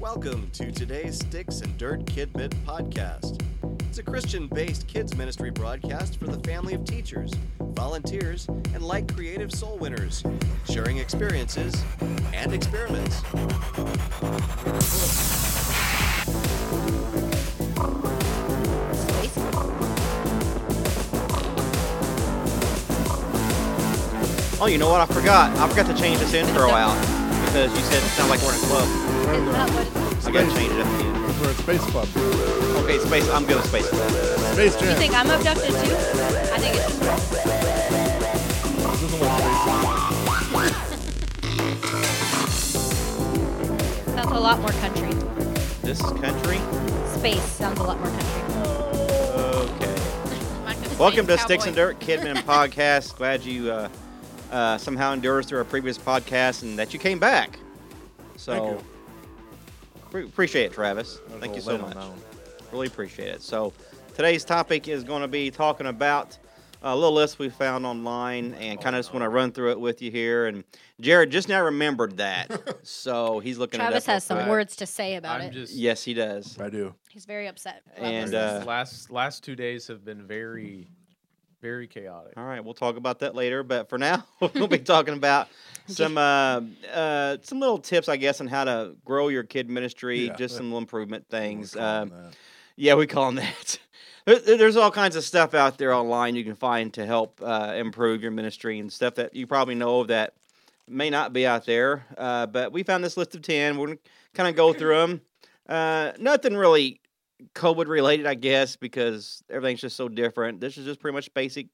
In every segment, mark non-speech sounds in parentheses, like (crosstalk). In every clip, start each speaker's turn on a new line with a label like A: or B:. A: Welcome to today's Sticks and Dirt Kid Bit podcast. It's a Christian based kids ministry broadcast for the family of teachers, volunteers, and like creative soul winners, sharing experiences and experiments.
B: Oh, you know what? I forgot. I forgot to change this intro out because you said it sounded like we're in a club.
C: Is that what
B: I gotta change it up again.
D: We're at Space Club.
B: Okay, space. I'm good with space.
D: Space Jam.
C: you think I'm abducted too? I think it's just
D: This isn't what Space Jam is.
C: sounds a lot more country.
B: This is country.
C: Space sounds a lot more country.
B: Okay. Welcome to Sticks and
C: (laughs)
B: Dirt Kidman podcast. Glad you uh, uh, somehow endured us through our previous podcast and that you came back. So
D: Thank you.
B: pre- appreciate it, Travis.
D: That was
B: Thank
D: a
B: you
D: little
B: so
D: late
B: much.
D: on that one.
B: Really appreciate it. So today's topic is going to be talking about a little list we found online and
D: Oh,
B: kind of just want to run through it with you here. And Jared just now remembered
D: (laughs)
B: that, so he's looking. it
C: Travis
B: up real
C: has some
B: quick.
C: words to say about
E: I'm
C: it.
E: just
B: Yes, he does.
D: I do.
C: He's very upset. about
B: And,
C: this.
B: uh,
E: last last two days have been very very chaotic.
B: All right, we'll talk about that later. But for now, (laughs) we'll be talking about some uh, uh, some little tips, I guess, on how to grow your kid ministry.
D: Yeah.
B: Just some little improvement things.
D: We're calling
B: Um,
D: that.
B: Yeah, we call them that. (laughs) There- there- There's all kinds of stuff out there online you can find to help uh, improve your ministry and stuff that you probably know of that may not be out there. Uh, but we found this list of 10. We're going to kind of go through them. Uh, nothing really COVID related, I guess, because everything's just so different. This is just pretty much basic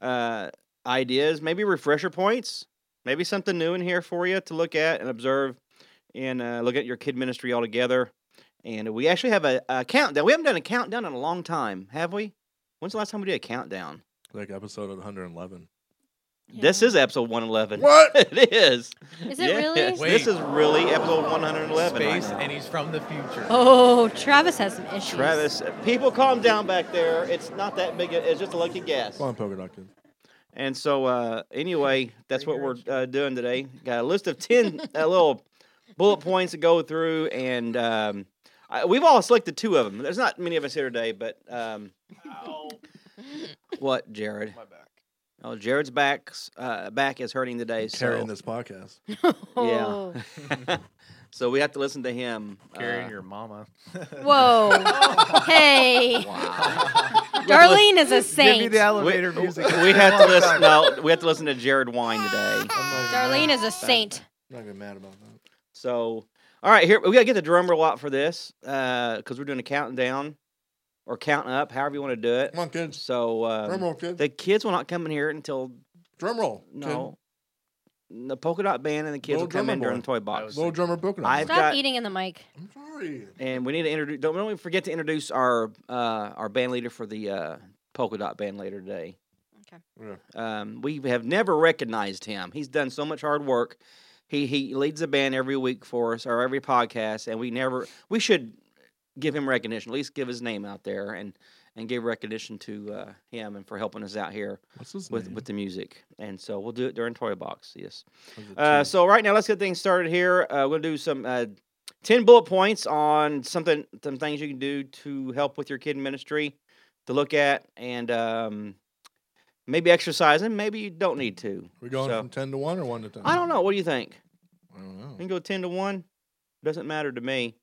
B: uh, ideas, maybe refresher points, maybe something new in here for you to look at and observe and uh, look at your kid ministry altogether. And we actually have a, a countdown. We haven't done a countdown in a long time, have we? When's the last time we did a countdown?
D: Like episode 111.
B: This is episode 111.
D: What?
B: (laughs) it is.
C: Is it really?
B: Yes,
E: Wait.
B: This is really episode 111. right
E: Space
B: now.
E: and he's from the future.
C: oh, Travis has some issues.
B: Travis, people calm down back there. It's not that big. A, it's just a lucky guess.
D: Come on, Polka Dot Kid.
B: And so, uh, anyway, that's what
E: Pretty
B: we're uh, doing today. Got a list of 10 uh, little bullet points to go through. And um, I, we've all selected two of them. There's not many of us here today, but um, what, Jared?
E: my back.
B: Oh, Jared's back's, uh, back is hurting today.
D: Carrying
B: so, (laughs)
D: this podcast.
C: Oh.
B: so, we have to listen to him.
E: Carrying
B: uh,
E: your mama.
B: (laughs)
C: Whoa. hey. Darlene is a
E: Give me
C: saint.
E: the elevator
B: we,
E: music.
B: we have to listen. No, we have to listen to Jared Wine today.
C: Darlene is a saint.
D: I'm not gonna be mad about that.
B: So, all right, here we gotta get the drum roll out for this because we're doing a counting down or counting up, however you want to do it.
D: Come on, kids.
B: So,
D: Drum
B: um,
D: roll, kid.
B: the kids will not come in here until
D: Drum roll. kid.
B: no, the polka dot band and the kids
D: Little
B: will come in during
D: drummer
B: the
D: boy.
B: toy box.
D: Little drummer polka dot.
B: I've
C: Stop
B: got-
C: eating in the mic.
D: I'm sorry.
B: And we need to introduce. Don't don't forget to introduce our uh, our band leader for the uh, polka dot band later today.
D: Yeah.
B: Um, we have never recognized him. He's done so much hard work. He he leads a band every week for us or every podcast, and we never we should give him recognition. At least give his name out there and and give recognition to uh, him and for helping us out here
D: What's his
B: with
D: name?
B: with the music. And so we'll do it during Toy Box. Yes.
D: Was it
B: Uh,
D: Tim?
B: so right now, let's get things started here. Uh, we'll do some uh, ten bullet points on something, some things you can do to help with your kid ministry, to look at, and um, maybe exercising. Maybe you don't need to.
D: we going
B: so-
D: from ten to one or one to ten?
B: I don't know. What do you think?
D: I don't
B: We can
D: know.
B: go ten to one. Doesn't matter to me.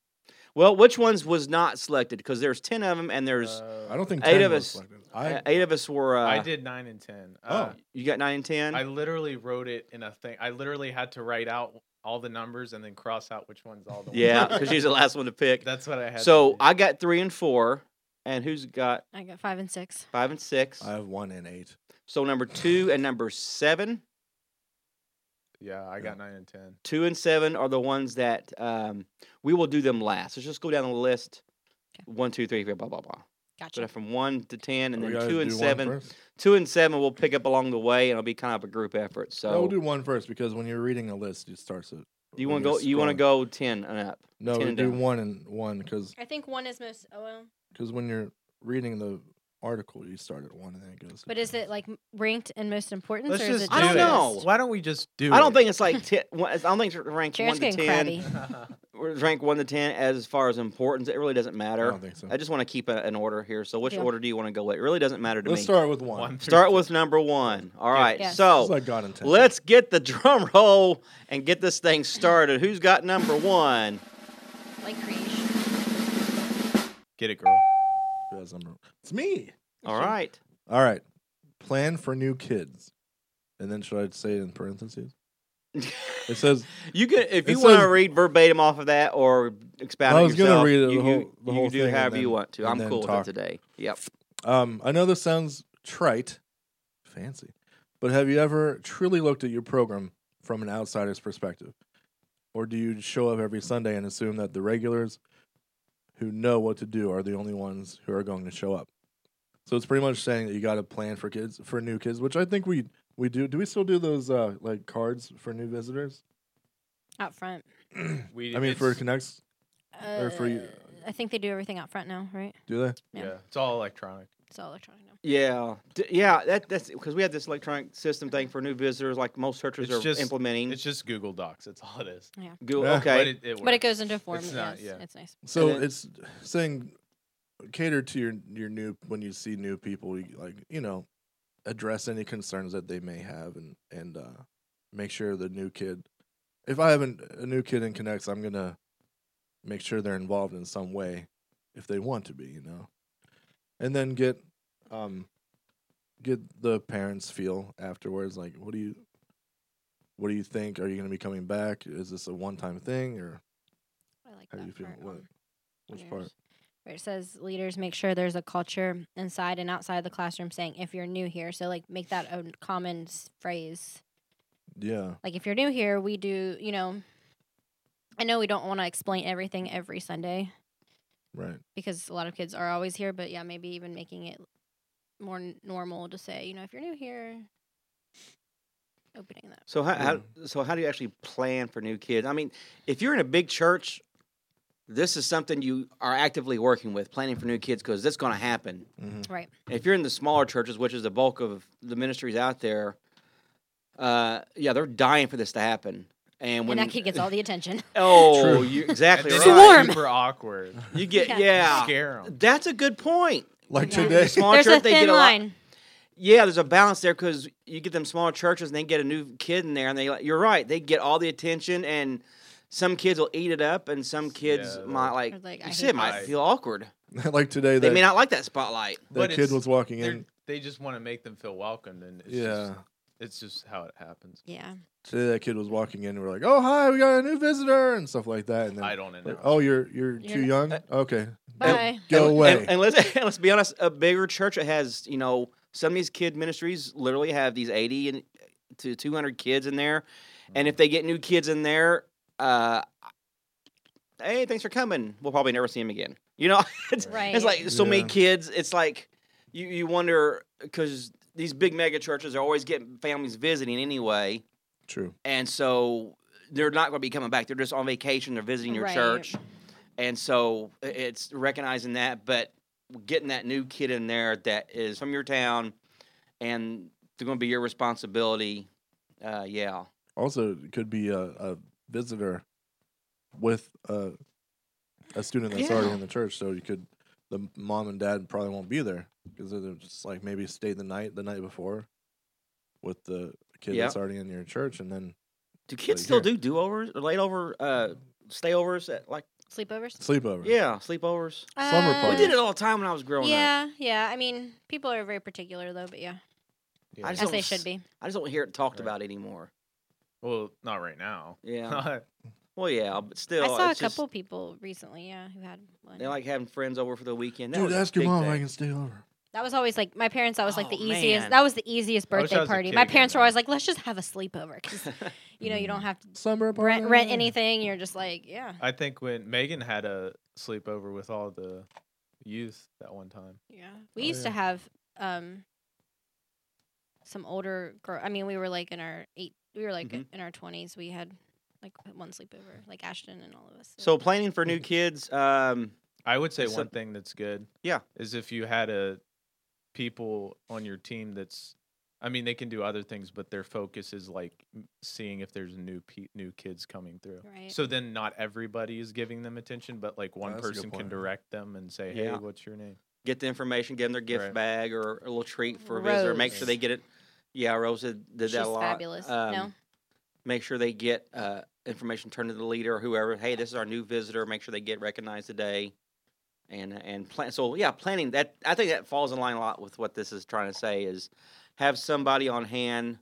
B: Well, which ones was not selected? Because there's ten of them, and there's
D: I don't think
B: Eight
D: 10
B: of
D: was
B: us-
D: selected. I,
B: uh, eight of us were. Uh,
E: Uh, I did nine and ten. Uh,
D: Oh.
B: You got nine and ten.
E: I literally wrote it in a thing. I literally had to write out all the numbers and then cross out which ones all the ones. (laughs)
B: yeah, because she's the last one to pick.
E: That's what I had.
B: So
E: to do.
B: I got three and four, and who's got
C: I got five and six.
B: five and six?
D: I have one and eight.
B: So number two and number seven,
E: yeah, I got nine and ten.
B: two and seven are the ones that um, we will do them last. Let's just go down the list. One, two, three, four, blah, blah, blah.
C: Gotcha.
B: So from one to ten, and then
D: We gotta
B: two and
D: do one
B: seven.
D: first?
B: Two and seven we'll pick up along the way, and it'll be kind of a group effort. So
D: No, we'll do
B: do
D: one first because when you're reading a list, it starts at.
B: you
D: when
B: want to go?
D: you're
B: You want to
D: scrolling.
B: go ten and up?
D: No,
B: 10
D: we
B: and
D: do
B: down.
D: one and one because
C: I think one is most. Oh, well.
D: Because when you're reading the article, you start at one and then it goes. to
C: But is
D: ten.
C: it like m- ranked in most importance?
E: Let's
C: or is it
E: just
B: I
E: do
B: don't
E: it.
B: know.
E: Why don't we just do?
B: I don't
D: (laughs)
E: it?
B: think it's like ten. one- I don't think it's ranked
C: Jared's
B: one to
C: getting
B: ten.
C: crabby.
B: We're rank one to ten as far as importance. It really doesn't matter.
D: I don't think so.
B: I just want to keep a, an order here. So which
C: Yeah.
B: order do you want to go with? It really doesn't matter to
D: Let's
B: me.
D: start with one.
E: (laughs) One
D: This
E: through
B: Start with number one. All right.
C: Yes.
D: is
B: So
D: like God intended.
B: let's get the (laughs) drum roll and get this thing started. Who's got number one?
C: Like creation.
E: Get it, girl.
D: Who has number- It's me.
B: All right.
D: All right. Plan for new kids. And then should I say it in parentheses?
B: (laughs)
D: It says
B: You can if
D: It
B: you want
D: says-
B: to read verbatim off of that or expound
D: I
B: on
D: was gonna
B: yourself.
D: read it, the
B: you,
D: whole-
B: you,
D: the
B: you
D: whole
B: do
D: thing and
B: however you
D: then-
B: want to.
D: and
B: I'm
D: then
B: cool with
D: talk.
B: it today. Yep.
D: Um, I know this sounds trite, fancy, but have you ever truly looked at your program from an outsider's perspective? Or do you show up every Sunday and assume that the regulars who know what to do are the only ones who are going to show up? So it's pretty much saying that you got to plan for kids, for new kids, which I think we we do. Do we still do those uh, like cards for new visitors?
C: Out front.
E: We,
D: I mean, for
E: it's-
D: connects, Or for you-
C: Uh, I think they do everything out front now, right?
D: do they?
E: yeah.
C: yeah.
E: it's all electronic.
C: It's all electronic now.
B: Yeah, D- yeah. That that's because we have this electronic system thing for new visitors, like most searchers
E: It's
B: are
E: just-
B: implementing.
E: It's just Google Docs. That's all it is.
B: Google,
D: Yeah.
E: But
B: okay,
E: it, it
C: But it
E: works.
C: goes into form.
E: It's not.
C: yes,
E: Yeah.
C: It's nice.
D: So
B: then-
D: it's saying cater to your your new when you see new people, you, like you know, address any concerns that they may have, and and uh, make sure the new kid. If I have an, a new kid in Connects, I'm gonna make sure they're involved in some way, if they want to be, you know, and then get um get the parents feel afterwards like what do you what do you think are you going to be coming back is this a one time thing or
C: I like
D: how
C: that.
D: do you feel
C: part,
D: what
C: um,
D: which
C: leaders.
D: part
C: Where it says leaders make sure there's a culture inside and outside the classroom saying if you're new here. So like make that a common s- phrase.
D: yeah
C: Like if you're new here, we do, you know, I know we don't want to explain everything every Sunday
D: Right.
C: because a lot of kids are always here, but yeah, maybe even making it more n- normal to say, you know, if you're new here, opening that.
B: so how, how so how do you actually plan for new kids? I mean, if you're in a big church, this is something you are actively working with, planning for new kids, because that's going to happen.
C: Right.
B: If you're in the smaller churches, which is the bulk of the ministries out there, uh, yeah, they're dying for this to happen. And when
C: and that kid gets all the attention.
B: (laughs) oh,
D: True.
B: you
E: And
B: exactly
E: then
B: right.
E: it's
C: Swarm.
E: Super awkward.
B: You get
C: Yeah.
B: yeah.
E: Scare 'em.
B: That's a good point.
D: Like
C: Yeah.
D: today.
B: Small
C: There's
B: church,
C: a
B: they
C: thin
B: get a lot-
C: line.
B: Yeah, there's a balance there because you get them smaller churches and they get a new kid in there, and they like you're right, they get all the attention, and some kids will eat it up, and some kids
E: Yeah,
B: might like,
C: Or like, I
B: you
C: hate
B: said might
E: this.
B: feel awkward.
D: (laughs) like today
B: They
D: that,
B: may not like that spotlight.
D: that
E: But
D: kid
E: it's-
D: was walking
E: They're-
D: in.
E: They just want to make them feel welcomed, and it's
D: Yeah.
E: just, it's just how it happens.
C: Yeah.
D: Today that kid was walking in and we're like, "Oh, hi, we got a new visitor." and stuff like that and then
E: I don't know.
D: like, "Oh, you're you're
C: You're
D: too
C: not-
D: young?"
B: uh,
D: okay.
C: Bye.
D: Go
B: and,
D: away.
B: And, and let's (laughs) and let's be honest, a bigger church that has you know some of these kid ministries literally have these eighty and to two hundred kids in there, and if they get new kids in there, uh, hey, thanks for coming. We'll probably never see them again. You know, (laughs) it's,
C: Right.
B: it's like so many
D: Yeah.
B: kids. It's like you you wonder because these big mega churches are always getting families visiting anyway,
D: True.
B: and so they're not going to be coming back. They're just on vacation. They're visiting your
C: Right.
B: church, and so i- it's recognizing that, but getting that new kid in there that is from your town, and they're going to be your responsibility. Uh, yeah,
D: Also, it could be a, a visitor with a a student that's already in the church, so you could the mom and dad probably won't be there because they're just like maybe stay the night the night before with the kid
B: Yeah.
D: that's already in your church and then
B: do kids
D: Like
B: still
D: here.
B: do do overs or late over uh, stayovers? At, like
C: Sleepovers.
D: sleepover.
B: yeah, sleepovers.
D: Summer
C: Uh,
B: We
D: party.
B: did it all the time when I was growing up.
C: Yeah, yeah. I mean, people are very particular though, but yeah,
E: Yeah.
B: I just
C: as
B: don't
C: they
B: s-
C: should be.
B: I just don't hear it talked
E: Right.
B: about anymore.
E: Well, not right now.
B: Yeah. Well, yeah, but still,
C: I saw a
B: it's just-
C: couple people recently, yeah, who had one.
B: They like having friends over for the weekend. That
D: Dude,
B: was a
D: ask your
B: big
D: mom if I
B: thing.
D: can stay over.
C: that was always like my parents. That was like the
B: Oh,
C: easiest.
B: man.
C: That was the easiest
E: I wish I
C: birthday
E: was a
C: party.
E: kid
C: My
E: again,
C: parents were
E: though.
C: always like, "Let's just have a sleepover," because you know you don't have to
D: Summer party.
C: rent rent anything. You're just like, yeah,
E: (laughs) I think when Megan had a sleepover with all the youth that one time.
C: yeah. We
D: Oh,
C: used to
D: yeah.
C: have um some older girl. I mean, we were like in our eight. We were like
B: Mhm.
C: in our twenties. We had like one sleepover, like Ashton and all of us.
B: So planning for new kids. Um,
E: I would say
B: So-
E: one thing that's good.
B: Yeah.
E: Is if you had a people on your team that's I mean, they can do other things, but their focus is like m- seeing if there's new pe- new kids coming through.
C: Right.
E: So then, not everybody is giving them attention, but like one
D: That's a good
E: person can
D: point.
E: direct them and say, "Hey,
B: Yeah.
E: what's your name?"
B: Get the information, give them their gift
E: Right.
B: bag or a little treat for a visitor. Make sure
E: Rose.
B: they get it. Yeah, Rose did, did
C: She's
B: that a lot.
C: fabulous. no,
B: Um, Make sure they get uh, information turned to the leader or whoever. Hey, this is our new visitor. Make sure they get recognized today. And and plan. So yeah, planning that. I think that falls in line a lot with what this is trying to say is have somebody on hand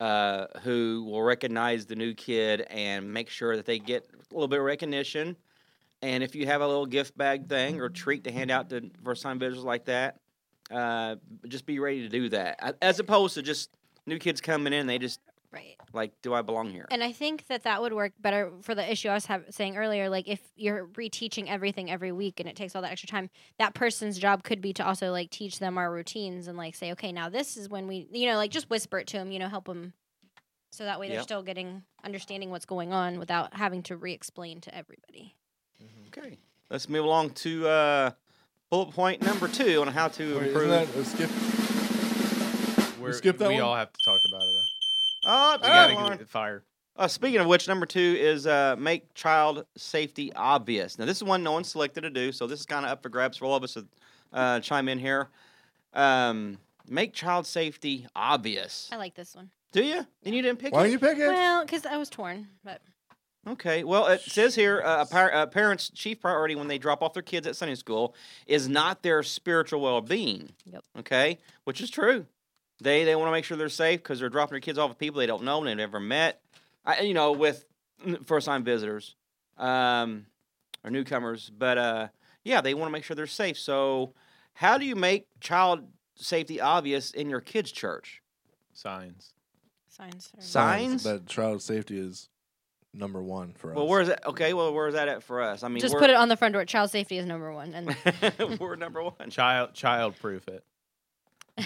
B: uh, who will recognize the new kid and make sure that they get a little bit of recognition. And if you have a little gift bag thing or treat to hand out to first time visitors like that, uh, just be ready to do that. A- As opposed to just new kids coming in, they just
C: right.
B: like, do I belong here?
C: And I think that that would work better for the issue I was have, saying earlier. Like if you're reteaching everything every week and it takes all that extra time, that person's job could be to also like teach them our routines and like say, okay, now this is when we, you know, like just whisper it to them, you know, help them. So that way they're
B: Yep.
C: still getting understanding what's going on without having to re-explain to everybody.
B: okay, let's move along to uh, bullet point number two on how to
D: Wait,
B: improve.
D: isn't that a skip?
E: We're,
D: skip that
E: we
D: one? Ah,
E: all have to talk about it. Though.
B: oh,
E: We
B: come
E: gotta
B: on.
E: give it fire.
B: Uh, speaking of which, number two is uh, make child safety obvious. Now, this is one no one selected to do, so this is kind of up for grabs for all of us to uh, chime in here. Um, make child safety obvious.
C: I like this one.
B: Do you? Then you didn't pick
D: Why
B: it.
D: don't you pick it?
C: Well, because I was torn, but
B: Okay. Well, it says here uh, a par- uh, parent's chief priority when they drop off their kids at Sunday school is not their spiritual well being.
C: Yep.
B: Okay. Which is true. They they want to make sure they're safe because they're dropping their kids off with people they don't know and they've never met. I, you know, with first time visitors um, or newcomers. But uh, yeah, they want to make sure they're safe. So, how do you make child safety obvious in your kids' church?
E: Signs.
C: signs. Are
B: Signs?
D: That child safety is number one for us.
B: Well, where's that? Okay. Well, where's that at for us? I mean,
C: Just
B: we're,
C: put
B: (laughs)
C: it on the front door. Child safety is number one, and
B: we're number one.
E: Child child proof it.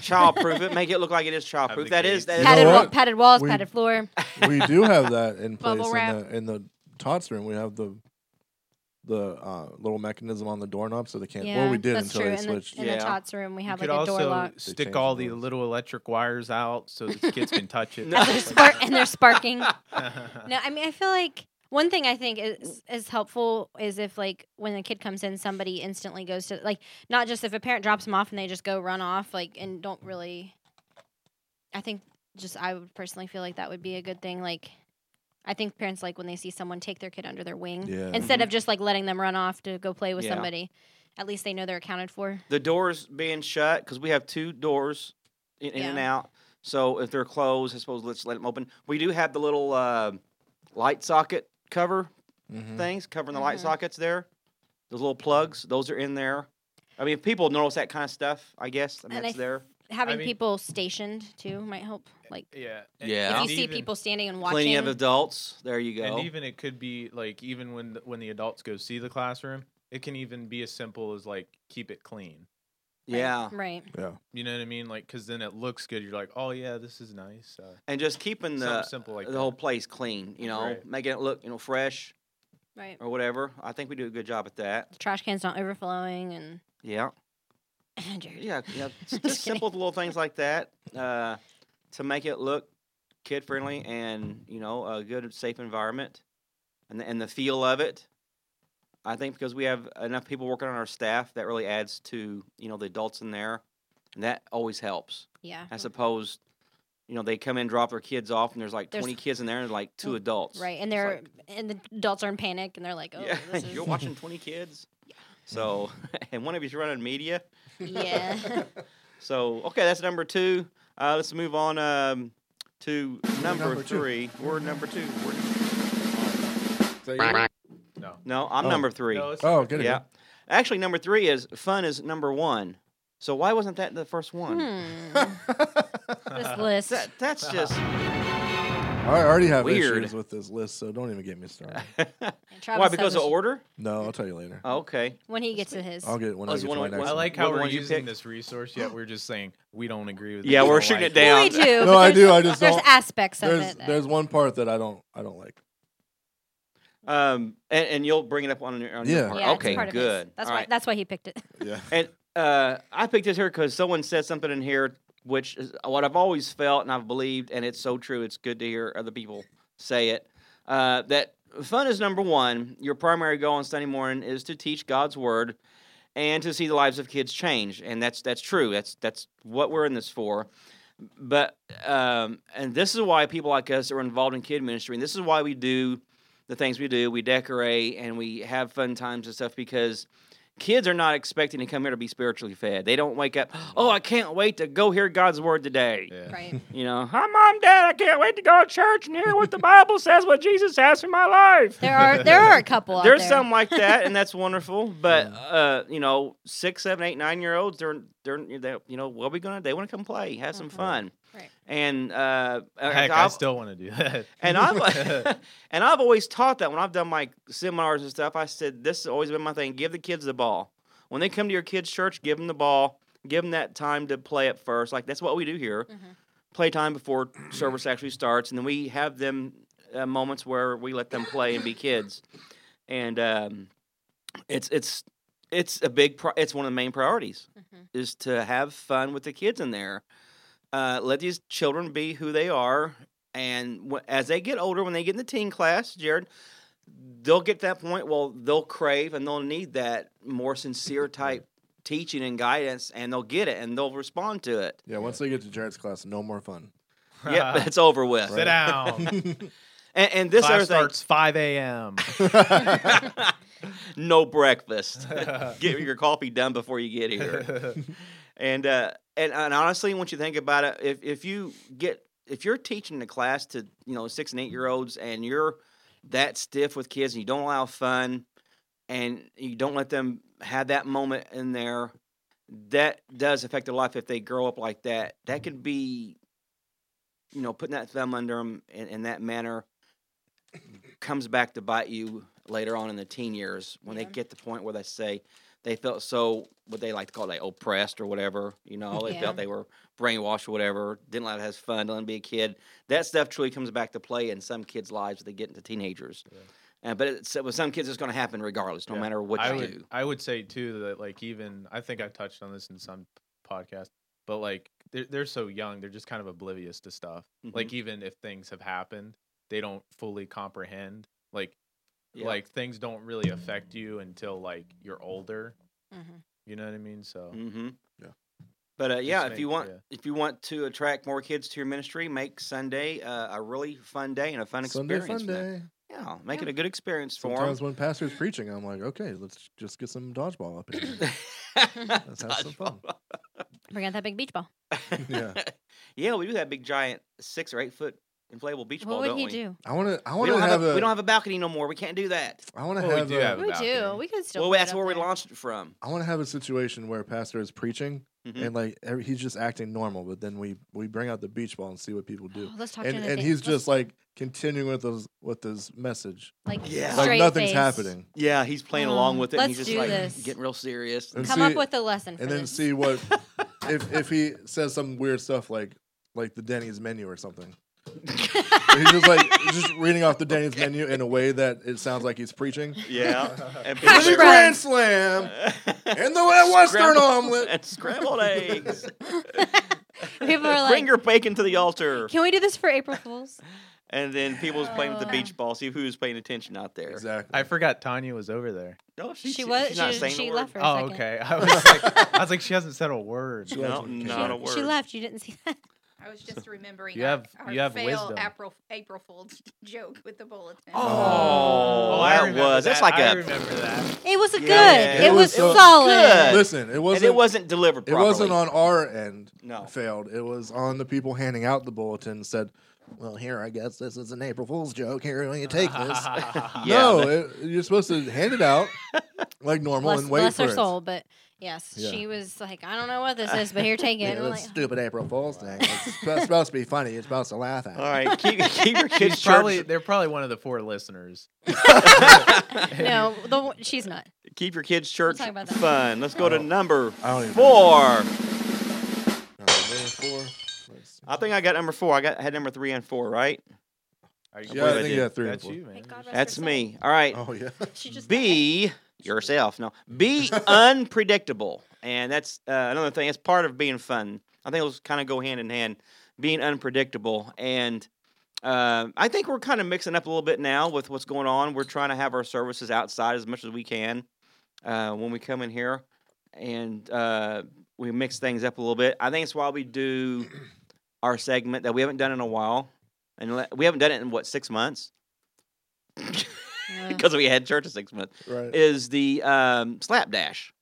B: child proof it. Make it look like it is child
E: Have
B: proof.
E: the
B: That is
E: gates.
B: that is.
D: You know
C: padded, wa-
D: what?
C: padded walls,
D: We-
C: padded floor.
D: we do have that
C: (laughs)
D: in place
C: Bubble
D: in
C: wrap.
D: the in the tots room. We have the the uh, little mechanism on the doorknob so they can't. well, we did
C: that's
D: until
C: true.
D: they
C: in
D: switched.
C: The, in
B: Yeah.
C: the tots room, we
E: You
C: have
E: could
C: like a door
E: also (laughs)
C: lock.
E: stick
D: changed
E: all
D: the
E: the
D: doors.
E: little electric wires out so the kids can
C: (laughs)
E: touch it.
B: No.
C: They're spark- and they're
E: (laughs)
C: sparking. No, I mean, I feel like one thing I think is is helpful is if like when a kid comes in, somebody instantly goes to like not just if a parent drops them off and they just go run off like and don't really. I think just I would personally feel like that would be a good thing. Like, I think parents like when they see someone take their kid under their wing
D: Yeah.
E: Mm-hmm.
C: instead of just like letting them run off to go play with
B: Yeah.
C: somebody. At least they know they're accounted for.
B: the doors being shut because we have two doors in, in and
C: Yeah.
B: out. So if they're closed, I suppose let's let them open. We do have the little uh, light socket cover
E: Mm-hmm.
D: Mhm.
B: things covering the light
C: Mhm.
B: sockets there. Those little plugs, those are in there. I mean, if people notice that kind of stuff, I guess. I mean,
C: And I
B: it's there.
C: Having
E: mean-
C: people stationed too might help. Like
E: Yeah.
B: Yeah.
C: if you see
E: even-
C: people standing and watching,
B: Plenty of adults. There you go.
E: And even it could be like even when the, when the adults go see the classroom, it can even be as simple as like keep it clean.
B: yeah.
C: right.
D: Yeah.
E: You know what I mean? Like because then it looks good. You're like, oh yeah, this is nice. Uh,
B: And just keeping the,
E: something simple like
B: the
E: that.
B: whole place clean, you know,
E: Right.
B: making it look, you know, fresh
C: Right.
B: or whatever. I think we do a good job at that.
C: The trash can's not overflowing and (clears throat)
B: Yeah. Yeah,
C: (laughs)
B: yeah. s- Just simple little things like that uh, to make it look kid friendly and you know a good safe environment and the, and the feel of it. I think because we have enough people working on our staff, that really adds to you know the adults in there, and that always helps.
C: Yeah.
B: As opposed, you know, they come in, drop their kids off, and there's like
C: There's-
B: twenty kids in there, and like two
C: Mm,
B: adults.
C: Right. And
B: It's
C: they're
B: like-
C: and the adults are in panic and they're like, Oh,
B: yeah, (laughs)
C: this is
B: you're watching twenty kids. So, (laughs) and one of you's running media.
C: (laughs)
B: (laughs)
C: Yeah.
B: So okay, that's number two. Uh, let's move on um, to number,
D: number two.
B: three. We're number two. We're-
D: So you-
E: no.
B: no, I'm
D: Oh.
B: number three.
E: No, it's
D: oh,
E: not-
D: good.
B: yeah, actually, number three is fun is number one. So why wasn't that the first one?
C: hmm. This
D: (laughs)
C: list.
B: That, that's
E: (laughs)
B: just
D: I already have
B: Weird.
D: issues with this list, so don't even get me started.
C: Travis
B: why
C: has
B: because
C: a
B: of
C: sh-
B: order.
D: No, I'll tell you later.
B: Oh, okay,
C: when he gets to his.
D: I'll get it when I
B: Let's
D: get to
B: one-
D: my
B: one-
D: next
E: I
D: one.
E: like
B: What
E: how we're
B: one you
E: using
B: picked?
E: this resource, yet we're just saying we don't agree with.
B: Yeah,
E: it, we
B: we're
E: don't
B: shooting
E: like
B: it down.
C: No, we do.
D: No,
C: but
D: I
C: there's-
D: do, I just
C: There's
D: don't-
C: aspects of
D: There's
C: it. that-
D: there's one part that I don't I don't like.
B: um, and, and you'll bring it up on your on your
D: Yeah.
B: part.
C: yeah, it's
B: okay,
C: part of his.
B: good.
C: That's
B: All
C: why.
B: right.
C: That's why he picked it.
D: Yeah.
B: And uh, I picked this here because someone said something in here which is what I've always felt and I've believed, and it's so true. It's good to hear other people say it. Uh, that fun is number one. Your primary goal on Sunday morning is to teach God's word and to see the lives of kids change, and that's that's true. That's that's what we're in this for. But um, and this is why people like us that are involved in kid ministry, and this is why we do the things we do. We decorate and we have fun times and stuff because kids are not expecting to come here to be spiritually fed. They don't wake up, oh, I can't wait to go hear God's word today. (laughs)
E: Yeah.
C: Right.
B: You know, hi, mom, dad, I can't wait to go to church and hear what the Bible says, what Jesus has for my life.
C: There are there are a couple.
B: (laughs)
C: out
B: There's
C: there.
B: some like that, and
C: (laughs)
B: that's wonderful. But uh, you know, six, seven, eight, nine year olds, they're they're they, you know, what are we gonna? They want to come play, have some
C: Mhm.
B: fun,
C: Right.
B: and uh,
E: Heck, I
B: I'll-
E: still want to do that.
B: and I've (laughs) and I've always taught that when I've done my seminars and stuff. I said this has always been my thing: give the kids the ball. When they come to your kids' church, give them the ball. Give them that time to play at first. Like that's what we do here.
C: Mhm.
B: Play time before service actually starts, and then we have them uh, moments where we let them play and be kids. And um, it's it's it's a big. Pro- it's one of the main priorities
C: Mhm.
B: is to have fun with the kids in there. Uh, let these children be who they are, and wh- as they get older, when they get in the teen class, Jared, they'll get to that point. Well, they'll crave and they'll need that more sincere type teaching and guidance, and they'll get it and they'll respond to it.
D: Yeah, once they get to Jared's class, no more fun.
E: (laughs)
B: Yep, it's over with.
E: Sit down.
B: And, and (laughs) this
E: Class
B: other thing,
E: starts 5 a.m.
B: no
E: (laughs)
B: breakfast. get your coffee done before you get (laughs) here. And uh, and and honestly, once you think about it, if if you get if you're teaching a class to you know six and eight year olds and you're that stiff with kids and you don't allow fun and you don't let them have that moment in there, that does affect their life if they grow up like that. That could be, you know, putting that thumb under them in, in that manner comes back to bite you later on in the teen years when
C: Yeah.
B: they get to the point where they say they felt so what they like to call like oppressed or whatever. You know, they
C: Yeah.
B: felt they were brainwashed or whatever. Didn't let it have fun. Didn't let it be a kid. That stuff truly comes back to play in some kids' lives. They get into teenagers. Uh, but it's, with some kids, it's going to happen regardless, no
E: Yeah.
B: matter what
E: I
B: you
E: would,
B: do.
E: I would say too that like even I think I've touched on this in some podcast, but like they're they're so young, they're just kind of oblivious to stuff.
B: Mm-hmm.
E: Like even if things have happened, they don't fully comprehend. Like
B: Yeah.
E: like things don't really affect you until like you're older.
C: Mhm.
E: You know what I mean? So
B: Mm-hmm.
D: Yeah.
B: But uh, yeah,
E: Just
B: if you
E: make-
B: want,
E: yeah.
B: if you want to attract more kids to your ministry, make Sunday uh, a really fun day and a fun
D: Sunday
B: experience.
D: fun
B: for them.
D: day.
B: Yeah, make
C: Yeah.
B: it a good experience for (laughs)
D: Sometimes when pastor's preaching, I'm like, okay, let's just get some dodgeball up here.
B: them.
D: Let's have some fun.
C: Bring out that big beach ball.
D: (laughs) Yeah.
B: yeah, we do that big giant six or eight foot inflatable beach ball,
C: what would
B: don't
C: he
B: we?
C: do?
D: I want to. I
B: We
D: want to
B: don't have,
D: have,
B: a,
D: a.
B: we don't have a balcony no more. We can't do that.
D: I want to
E: Well, we
D: have.
E: do
D: a-
E: have-
C: We
E: a
C: do.
E: balcony.
C: We could still.
B: Well,
C: put it
B: that's
C: up
B: where we
C: there.
B: launched it from.
D: I want to have a situation where pastor is preaching
B: Mhm.
D: and like every, he's just acting normal, but then we we bring out the beach ball and see what people do.
C: (gasps) Oh, let's talk
D: and
C: to him
D: and
C: again.
D: he's
C: Let's-
D: just like continuing with those with his message.
C: like
B: Yeah.
D: Like
C: straight
D: nothing's
C: face.
D: happening.
B: Yeah, he's playing along
C: Um,
B: with it. And he's
C: let's
B: just
C: do
B: like
C: this.
B: getting real (laughs) serious.
D: And
C: Come
D: see-
C: up with a lesson for
D: and then
C: this. (laughs)
D: see what if if he says some weird stuff like like the Denny's menu
C: (laughs)
D: or something. he's just like just reading off the Denny's menu in a way that it sounds like he's preaching.
B: Yeah, (laughs) and
C: Hash
D: The
C: browns.
B: people-
D: grand slam and the
B: (laughs)
D: Western
B: Scrambled-
D: omelet.
B: and scrambled
C: (laughs)
B: eggs.
C: People are like,
B: Bring your bacon to the altar.
C: "Can we do this for April Fools?"
B: And then people was playing with the
C: Oh.
B: beach ball. See who's paying attention out there.
D: Exactly.
E: I forgot Tanya was over there.
B: No,
C: She,
B: she's,
C: was.
B: She's not
C: She,
B: saying
C: she
B: a word.
C: left for a
E: Oh,
C: second.
E: okay. (laughs) I was like, I was like, she hasn't said a word.
D: She
B: No,
D: wasn't-
B: not a
D: she-
B: word.
C: She left. You didn't see that.
F: I was
B: (laughs)
F: just remembering
E: You
F: our,
E: have-
F: our
E: you have
F: fail
E: wisdom.
F: April, April Fool's (laughs) joke with the bulletin.
B: Oh, that was. That's like
E: a. I
B: a.
E: remember that.
C: It was a
B: Yeah,
C: good.
B: yeah,
C: it,
D: it
C: was,
D: was so-
C: solid.
B: Good.
D: Listen, it wasn't
B: and it wasn't delivered
D: it
B: properly.
D: wasn't on our end.
B: No.
D: failed. It was on the people handing out the bulletin. Said, "Well, here, I guess this is an April Fool's joke. Here, when you take this."
B: (laughs) Yeah,
D: no,
B: that-
D: it, you're supposed to hand it
B: (laughs)
D: out like normal
C: Bless,
D: and wait
C: bless
D: for
C: her
D: it.
C: soul, but yes,
D: Yeah.
C: she was like, "I don't know what this is, but here, take it."
D: Yeah,
C: And I'm
D: that's
C: like,
D: stupid April Fool's
B: (laughs)
D: thing. It's sp- supposed to be funny. You're supposed to laugh at.
B: All right, keep, keep (laughs) your kids
E: She's (laughs) probably.
B: church.
E: They're probably one of the four listeners.
C: no, the, one- she's not.
B: Keep your kids church
C: talk about that.
B: fun. Let's go to
D: Oh.
B: number
D: I don't even
B: four.
D: All right, number four. Let's see.
B: I think I got number four. I got had number three and four, right?
E: Are you
D: Yeah,
B: I
D: I
B: think
D: think
B: did.
D: you got three. and
E: That's
D: four.
E: you, man.
C: God rest her
B: That's
C: soul.
B: me. All right.
D: Oh yeah. (laughs)
C: She just
B: be yourself. No, be unpredictable, and that's uh, another thing. It's part of being fun. I think those kind of go hand in hand, being unpredictable. And uh, I think we're kind of mixing up a little bit now with what's going on. We're trying to have our services outside as much as we can uh, when we come in here, and uh, we mix things up a little bit. I think it's why we do our segment that we haven't done in a while, and le- we haven't done it in what six months
C: Uh,
B: (laughs) because we had church in six months.
D: Right.
B: Is the um, slapdash?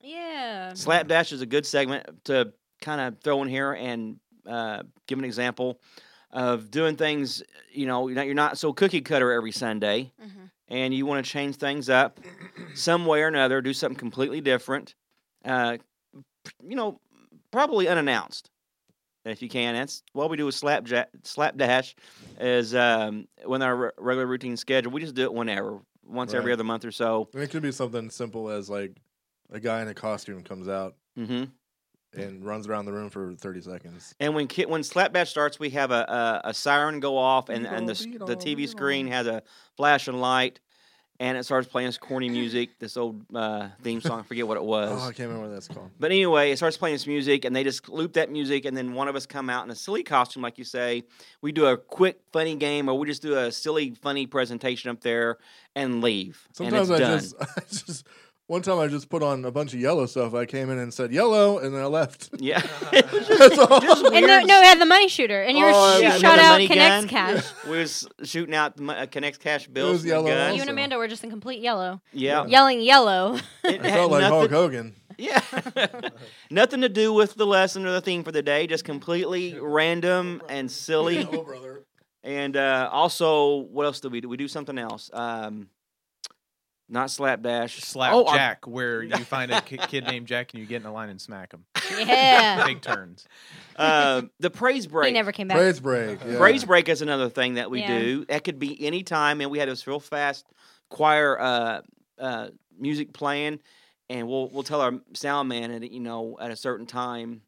C: yeah.
B: Slapdash is a good segment to kind of throw in here and uh, give an example of doing things. You know, you're not, you're not so cookie cutter every Sunday,
C: Mhm.
B: and you want to change things up some way or another, do something completely different. Uh, p- you know, probably unannounced. If you can, that's what we do with slapjack, slapdash, is um, when our re- regular routine schedule. We just do it whenever, once every
D: Right.
B: other month or so.
D: And it could be something simple as like a guy in a costume comes out
B: hmm
D: and runs around the room for 30 seconds.
B: And when ki- when slapdash starts, we have a a, a siren go off, and, and the s-
D: Beetle,
B: the
D: beetle,
B: TV screen
D: beetle.
B: has a flashing light, and it starts playing this corny music, this old uh, theme song. I forget what it
D: (laughs) Oh,
B: was.
D: I can't remember what that's called.
B: But anyway, it starts playing this music, and they just loop that music, and then one of us come out in a silly costume, like you say. We do a quick funny game, or we just do a silly funny presentation up there and leave.
D: Sometimes I
B: and it's done.
D: just, (laughs) I just, one time I just put on a bunch of yellow stuff. I came in and said yellow, and then I left.
B: (laughs)
D: (laughs)
B: yeah, It was (laughs) just-
D: That's all. (laughs)
B: just
C: And no,
B: weird
C: no, it had the money shooter, and you were
D: Oh,
C: sh-
D: yeah,
C: you
D: and
C: shot
B: the
C: out
B: money
C: Connects
B: gun.
C: Cash.
B: We was shooting out mo- uh, Connects Cash
D: was
B: bills. and
D: yellow
B: guns.
C: You and
D: Also.
C: Amanda were just in complete yellow,
B: Yeah,
D: Yeah.
C: yelling
D: (laughs)
C: yellow.
B: it
D: I
B: had
D: felt like Hulk
B: nothing,
D: Hogan.
B: yeah, (laughs) nothing to do with the lesson or the theme for the day. Just completely random and
D: (laughs)
B: silly.
D: Oh, brother.
B: And uh, also, what else do we do? We do something else. Um, not slapdash.
E: Slap
B: Oh, our-
E: Jack, where you find a ki- kid named Jack and you get in a line and smack him.
C: yeah.
E: Big turns.
B: uh, the praise break.
C: He never came back.
D: Praise break. Yeah.
B: Praise break is another thing that we
C: Yeah.
B: do. That could be any time, and we had this real fast choir uh, uh, music playing, and we'll we'll tell our sound man, at, you know, at a certain time.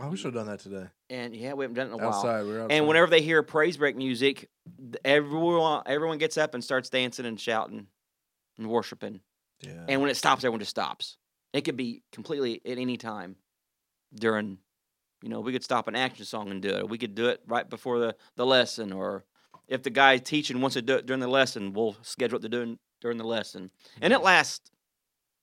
D: I wish I'd Oh, done that today.
B: And yeah, we haven't done it in a while.
D: Outside, we were outside.
B: Oh, And whenever they hear praise break music, th- everyone everyone gets up and starts dancing and shouting and worshiping.
D: yeah.
B: And when it stops, everyone just stops. It could be completely at any time during, you know, we could stop an action song and do it. We could do it right before the, the lesson, or if the guy teaching wants to do it during the lesson, we'll schedule it to do during the lesson. And it lasts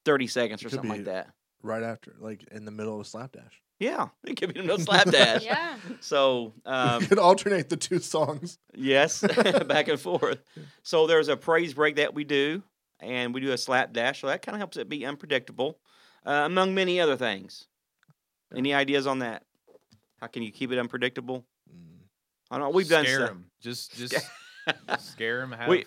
B: 30 seconds or
D: Mm-hmm. It could
B: something
D: be-
B: like that.
D: (laughs) right after, like in the middle of slapdash, (laughs)
B: Yeah, it could be no slapdash.
C: Yeah.
B: So, um,
D: you could alternate the two songs.
E: (laughs)
B: Yes, (laughs) back and forth. So there's a praise break that we do, and we do a slapdash. So that kind of helps it be unpredictable, uh, among many other things. Any ideas on that? How can you keep it unpredictable?
D: Mm,
B: I don't know. (laughs) We've done
E: scare
B: stuff.
E: him.
B: (laughs)
E: Just, just scare him. Have,
B: We-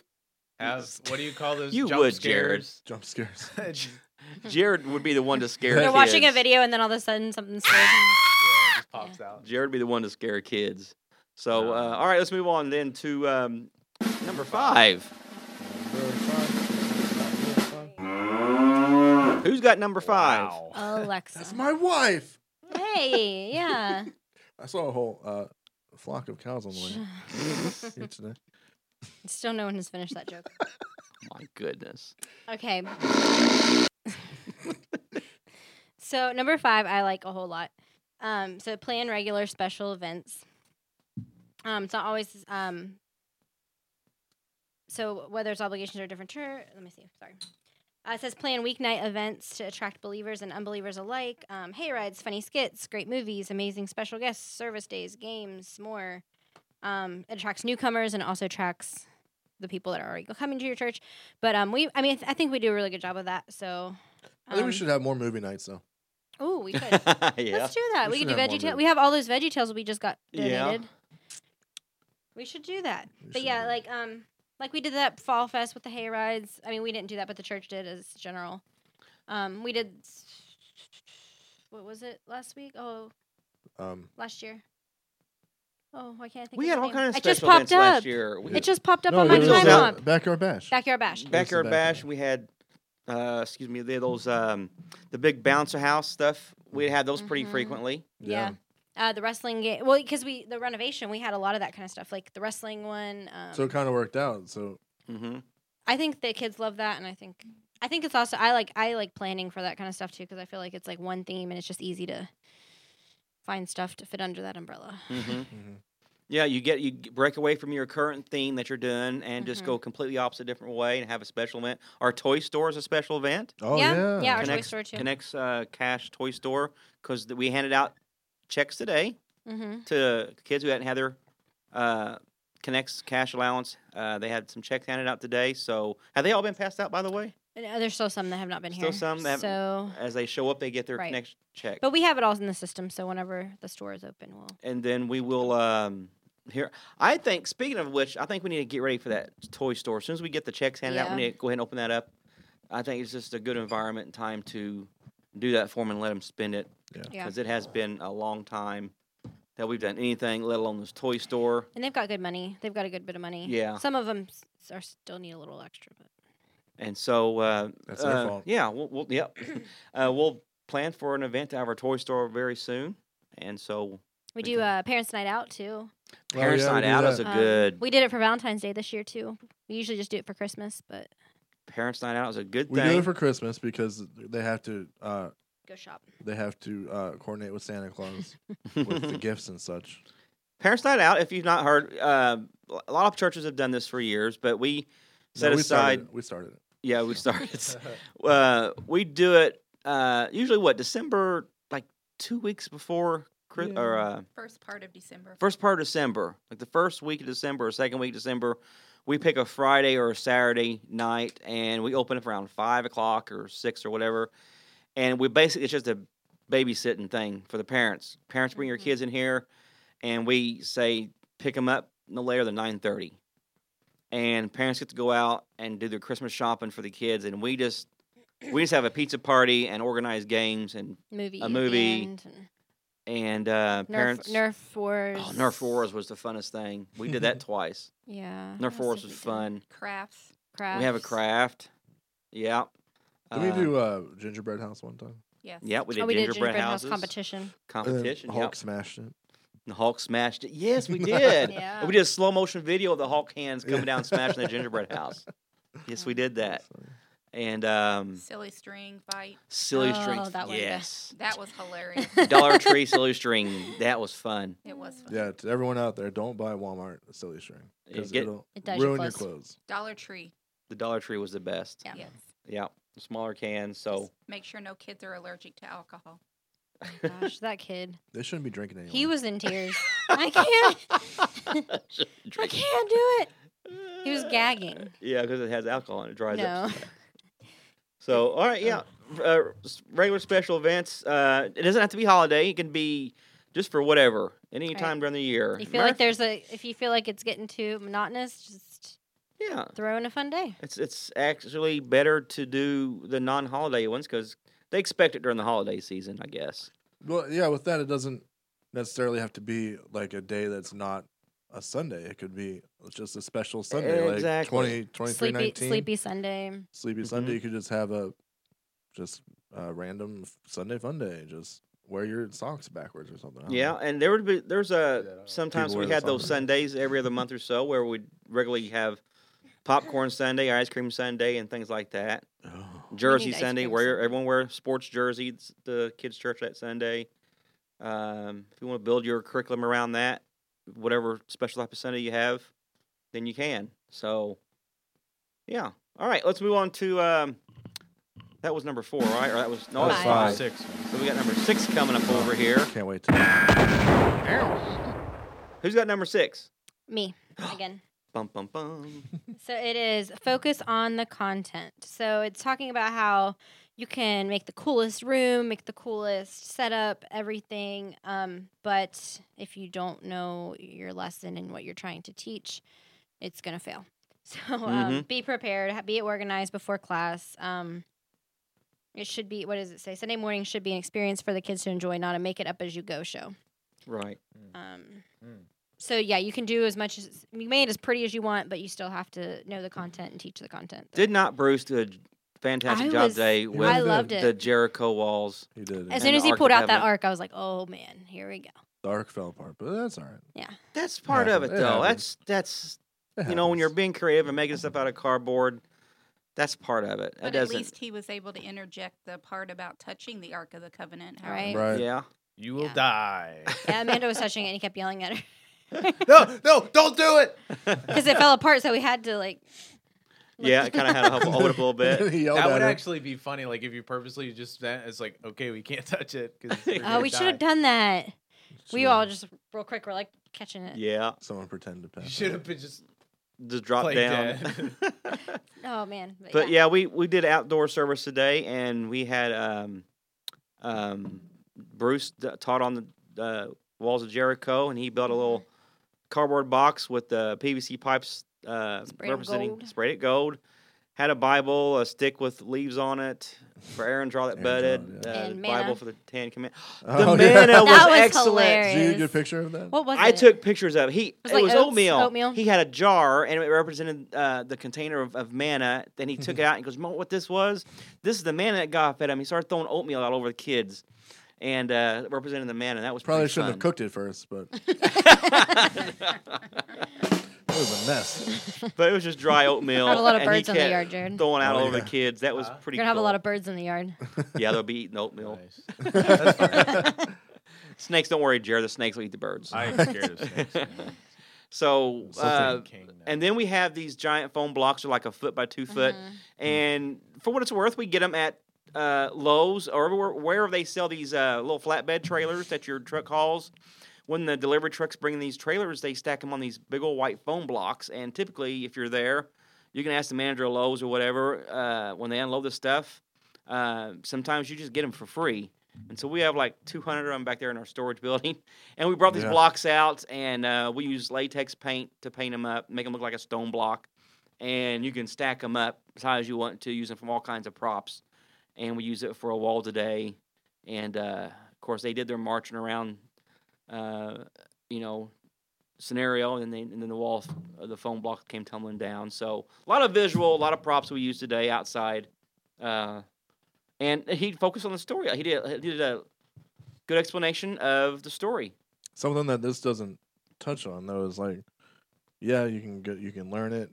E: have. What do you call those?
B: You
E: jump
B: would, Jared.
E: scares?
D: Jump
E: (laughs)
D: scares.
E: Jared.
B: (laughs) Jared would be the
E: (laughs)
B: one to scare.
D: They're
C: They're watching a
B: kids.
C: video, and then all of a sudden something scares
E: yeah, it just pops out.
B: Jared would be the one to scare kids. So
E: No.
B: uh, all right, let's move on then to um, number five. Who's got number five?
E: Wow.
D: (laughs)
C: them. Alexa.
D: That's my Oh, wife.
C: hey, yeah.
D: (laughs) I saw a whole uh, flock of cows on the way here today.
C: Still, no one has finished that joke.
B: My goodness.
C: Okay. so number five, I like a whole lot. Um, so plan regular special events. Um, it's not always um. So whether it's obligations or different church, let me see. Sorry. Uh, it says plan weeknight events to attract believers and unbelievers alike. Um, hay rides, funny skits, great movies, amazing special guests, service days, games, more. Um, it attracts newcomers and also attracts the people that are already coming to your church. But um, we, I mean, I, th- I think we do a really good job of that. So, um,
D: I think we should have more movie nights though.
C: Oh,
D: (laughs)
C: we could.
B: (laughs) yeah.
C: Let's do that.
D: We
C: We,
D: should
C: could do
D: have more
C: veggie tales.
D: videos.
C: We have all those veggie tales we just got
B: Yeah.
C: donated. We should do that.
D: We
C: but
D: should
C: yeah,
D: do-
C: like um, like we did that fall fest with the hay rides. I mean, we didn't do that, but the church did as general. Um, we did. s- What was it last week? Oh,
D: Um,
C: last year. Oh, why can't I think?
B: We
C: of
B: had
C: the
B: all
C: name?
B: kinds of
C: It just
B: special
C: popped
B: events
C: up.
B: last year. We
D: Yeah.
C: It just popped up
D: no,
C: on
D: there
C: my
B: it
D: was
C: time
D: that
C: up.
D: backyard bash.
C: Backyard bash.
B: Backyard
D: Backyard
B: Bash,
D: Bash.
B: we had, uh, excuse me, they had those um, the big bouncer house stuff. We had those pretty
C: Mhm.
B: frequently.
C: Yeah. Uh, the wrestling game. Well, because we the renovation, we had a lot of that kind of stuff, like the wrestling one. Um,
D: So it kind of worked out. So
B: hmm
C: I think the kids love that, and I think I think it's also I like I like planning for that kind of stuff too because I feel like it's like one theme and it's just easy to find stuff to fit under that umbrella.
B: hmm
D: Mhm.
B: Yeah, you get you g- break away from your current theme that you're doing and just
C: Mhm.
B: go completely opposite different way and have a special event. Our toy store is a special event.
D: Oh
C: yeah,
D: yeah.
C: our toy
B: Connects-
C: store too.
B: Connects uh, Cash Toy Store because we handed out checks today
C: Mm-hmm.
B: to kids who hadn't had their uh, Connects cash allowance. Uh, they had some checks handed out today. So have they all been passed out by the way?
C: uh, There's still some that have not been
B: Still
C: here.
B: some that haven't-
C: so,
B: As they show up, they get their
C: Right.
B: Connects check.
C: but we have it all in the system. So whenever the store is open, we'll.
B: and then we will um here i think speaking of which i think we need to get ready for that toy store as soon as we get the checks handed out
C: Yeah.
B: we need to go ahead and open that up i think it's just a good environment and time to do that for them and let them spend it
C: Yeah.
B: because it has been a long time that we've done anything let alone this toy store
C: And they've got good money. They've got a good bit of money.
B: Yeah.
C: Some of them are still need a little extra, but
B: and so uh,
D: That's their
B: uh,
D: fault.
B: yeah we'll, we'll
C: (coughs)
B: yep uh, we'll plan for an event to have our toy store very soon and so
C: we
B: We
C: do
B: can-
C: uh, parents' night out too.
D: Oh,
B: parents
D: yeah, we
B: night
D: do
B: out is a
D: that.
C: Um,
B: good
C: We did it for Valentine's Day this year too. We usually just do it for Christmas, but
B: parents night out is a good
D: We
B: thing
D: do it for Christmas because they have to uh,
C: go shop.
D: they have to uh, coordinate with Santa Claus
B: (laughs)
D: with the gifts and such.
B: Parents Night Out, if you've not heard, uh, a lot of churches have done this for years, but we
D: No,
B: set
D: we
B: aside.
D: started it. we started it.
B: Yeah, we started.
D: (laughs)
B: uh, we do it uh, usually what December, like two weeks before Chris, or uh,
F: First part of December.
B: first part of December, like the first week of December or second week of December. We pick a Friday or a Saturday night, and we open up around five o'clock or six or whatever. And we basically it's just a babysitting thing for the parents. Parents bring your
F: Mhm.
B: kids in here, and we say pick them up no later than nine thirty. And parents get to go out and do their Christmas shopping for the kids, and we just we just have a pizza party and organize games and
C: Movie.
B: A
C: at the
B: movie,
C: end and
B: and uh,
C: Nerf,
B: parents.
C: Nerf Wars.
B: Oh, Nerf Wars was the funnest thing. We
C: (laughs)
B: did that twice.
C: Yeah.
B: Nerf
C: what else
B: Wars
C: did
B: was
C: we do?
B: fun.
F: Crafts.
C: Crafts.
B: We have a craft. Yeah.
D: Did we do uh, gingerbread house one time?
F: Yes.
B: Yeah, we did,
C: Oh, we
B: gingerbread,
C: did gingerbread house
B: houses.
C: competition.
D: And then
B: Uh, Competition.
D: Hulk
B: Hulk.
D: smashed it.
B: The Hulk smashed it. Yes,
D: (laughs)
B: we did.
C: Yeah.
B: And We did a slow motion video of the Hulk hands coming down and smashing the
D: Yeah.
B: gingerbread house. Yes, we
C: Oh,
B: did that.
D: So-
B: And um,
F: Silly string bite.
B: silly
C: Oh,
B: string.
C: that one, yeah.
B: yes.
F: That was
B: (laughs)
F: hilarious.
B: Dollar
C: (laughs)
B: Tree silly string. That was fun.
F: it was fun.
D: Yeah, to everyone out there, don't buy Walmart silly string
B: Yeah,
D: because
B: get-
D: it'll
C: It does your
D: ruin your
C: clothes.
D: clothes.
F: Dollar Tree.
B: The Dollar Tree was the best.
C: Yeah.
F: Yes.
B: Yeah. Smaller cans.
F: Just
B: So
F: make sure no kids are allergic to alcohol.
C: Oh (laughs) Gosh, that kid.
D: They shouldn't be drinking anymore.
C: He was in tears. I
B: (laughs)
C: can't. (laughs) I
B: Drink.
C: can't do it. He was gagging.
B: Yeah, because it has alcohol and it dries up.
C: No. Oh.
B: So, all right, yeah. Uh, s- regular special events. Uh, it doesn't have to be holiday. It can be just for whatever, any
C: Right.
B: time during the year.
C: You feel
B: Matter
C: like
B: of-
C: there's a if you feel like it's getting too monotonous, just
B: yeah.
C: throw in a fun day.
B: It's it's actually better to do the non-holiday ones because they expect it during the holiday season, I guess.
D: well, yeah. With that, it doesn't necessarily have to be like a day that's not a Sunday. It could be just a special Sunday,
B: Exactly. Mm-hmm.
D: like 20, 23,
C: Sleepy
D: 19.
C: Sleepy Sunday.
D: Sleepy Sunday. You could just have a just a random f- Sunday fun day. Just wear your socks backwards or something. I don't
B: Yeah,
D: know.
B: and there would be there's
E: Yeah, I
B: a
E: don't know.
B: sometimes
D: Oh. People
B: we
D: wear the
B: had those
D: summer.
B: Sundays every other month or so where we'd regularly have popcorn Sunday, ice cream Sunday, and things like that.
D: Oh.
B: Jersey
C: need ice
B: Sunday,
C: cream
B: where
C: Sunday.
B: everyone wear sports jerseys. The kids' church that Sunday. Um, if you want to build your curriculum around that, whatever special type of Sunday you have, then you can. So, yeah. All right, let's move on to um, that was number four, right? Or that was no,
D: That
B: that was
D: was five.
E: Six.
B: So we got number six coming up over here.
D: (sighs) Can't wait to
B: Who's got number six?
C: Me again.
B: Bum bum bum.
C: So it is focus on the content. So it's talking about how you can make the coolest room, make the coolest setup, everything. Um, but if you don't know your lesson and what you're trying to teach, it's going to fail. (laughs) So um, be prepared, ha- be organized before class. Um, it should be, what does it say? Sunday morning should be an experience for the kids to enjoy, not a make it up as you go show.
B: Right.
C: Um,
E: Mm.
C: So yeah, you can do as much as you made as pretty as you want, but you still have to know the content and teach the content.
B: Did not Bruce do a fantastic
C: I
B: job
C: was-
B: today
D: I
B: with
C: I
D: did.
C: loved
B: the
C: it.
B: Jericho walls?
D: he
C: As
D: did. It.
B: and
C: soon
B: the
C: as he
B: arc
C: pulled out that
B: cabinet.
C: arc, I was like, "Oh man, here
B: (laughs)
C: we go."
D: The arc fell apart, but that's all right.
B: That's part of it,
D: Happens. It
B: though. That's
D: happens.
B: that's
D: It
B: you know, when you're
D: happens.
B: being creative and making stuff out of cardboard, that's part of it. That
F: But at
B: doesn't,
F: least he was able to interject the part about touching the Ark of the Covenant.
C: Right.
D: (laughs)
F: however
D: right.
B: yeah.
E: You will
C: Yeah.
E: die. (laughs)
C: Yeah, Amanda was touching it and he kept yelling
B: (laughs)
C: at her
E: no, no, don't do it.
C: because it fell apart. So we had to like. look- (laughs)
B: yeah, it kind of had to help hold it a little bit.
D: He yelled
E: That
D: at
E: would
D: her.
E: actually be funny. Like if you purposely just that, it's like okay, we can't (laughs) touch it because
C: Oh, we should have done that. We
D: Should've-
C: all just real quick were like catching it.
B: (laughs) Yeah,
D: someone pretend to pass.
E: You
D: out.
E: should have been just
B: just drop
E: Play
B: down.
E: (laughs)
B: (laughs)
C: Oh man.
B: but yeah, we we did outdoor service today, and we had um, um, Bruce d- taught on the uh, walls of Jericho, and he built a little cardboard box with the PVC pipes uh,
C: Sprayed it
B: representing
C: gold.
B: sprayed it gold. Had a Bible, a stick with leaves on it for Aaron Draw that
D: Aaron
B: bedded,
D: Draw,
C: yeah.
B: uh,
C: And
B: Bible
C: manna.
B: for the Ten Commandments. (laughs) The
D: Oh, (laughs) yeah.
B: manna was,
C: That was
B: excellent.
C: hilarious.
D: Did you get a picture of that?
C: What was
B: I
C: it?
B: took pictures of it. he. It was,
C: was like oats-
B: oatmeal.
C: oatmeal?
B: He had a jar, and it represented uh, the container of, of manna. Then he
D: Mm-hmm.
B: took it out and goes, "You know what this was? This is the manna that God fed him." He started throwing oatmeal all over the kids, and uh, representing the manna. That was
D: Probably
B: pretty
D: shouldn't have
B: fun.
D: cooked it first, but it was a mess.
B: but it was just
D: (laughs)
B: dry oatmeal.
C: I have a lot of
B: and he
C: birds in the
B: kept
C: yard, Jared.
B: Throwing out
D: Oh,
B: all over
D: yeah.
B: the kids. That was
E: Huh?
B: pretty.
C: You're gonna have a
B: cool.
C: lot of birds in the yard.
B: (laughs) Yeah, they'll be eating oatmeal.
E: nice.
D: That's
B: Snakes, don't worry, Jared. The snakes will eat the birds.
E: I am scared of snakes. man.
B: so,
D: Something
B: uh,
E: King now.
B: and then we have these giant foam blocks, are like a foot by 2 foot. And for what it's worth, we get them at uh, Lowe's or where- wherever they sell these uh, little flatbed trailers that your truck hauls. When the delivery trucks bring these trailers, they stack them on these big old white foam blocks. And typically, if you're there, you can ask the manager of Lowe's or whatever uh, when they unload the stuff. Uh, sometimes you just get them for free. And so we have like 200 of them back there in our storage (laughs) building. And we brought these
D: Yeah.
B: blocks out and uh, we used latex paint to paint them up, make them look like a stone block. And you can stack them up as high as you want to, using from all kinds of props. And we use it for a wall today. And uh, of course, they did their marching around, uh, you know, scenario. And then, they, and then the wall, of the foam block came tumbling down. So a lot of visual, a lot of props we used today outside. Uh, and he focused on the story. He did, he did a good explanation of the story.
D: Something that this doesn't touch on though is like, yeah, you can get, you can learn it,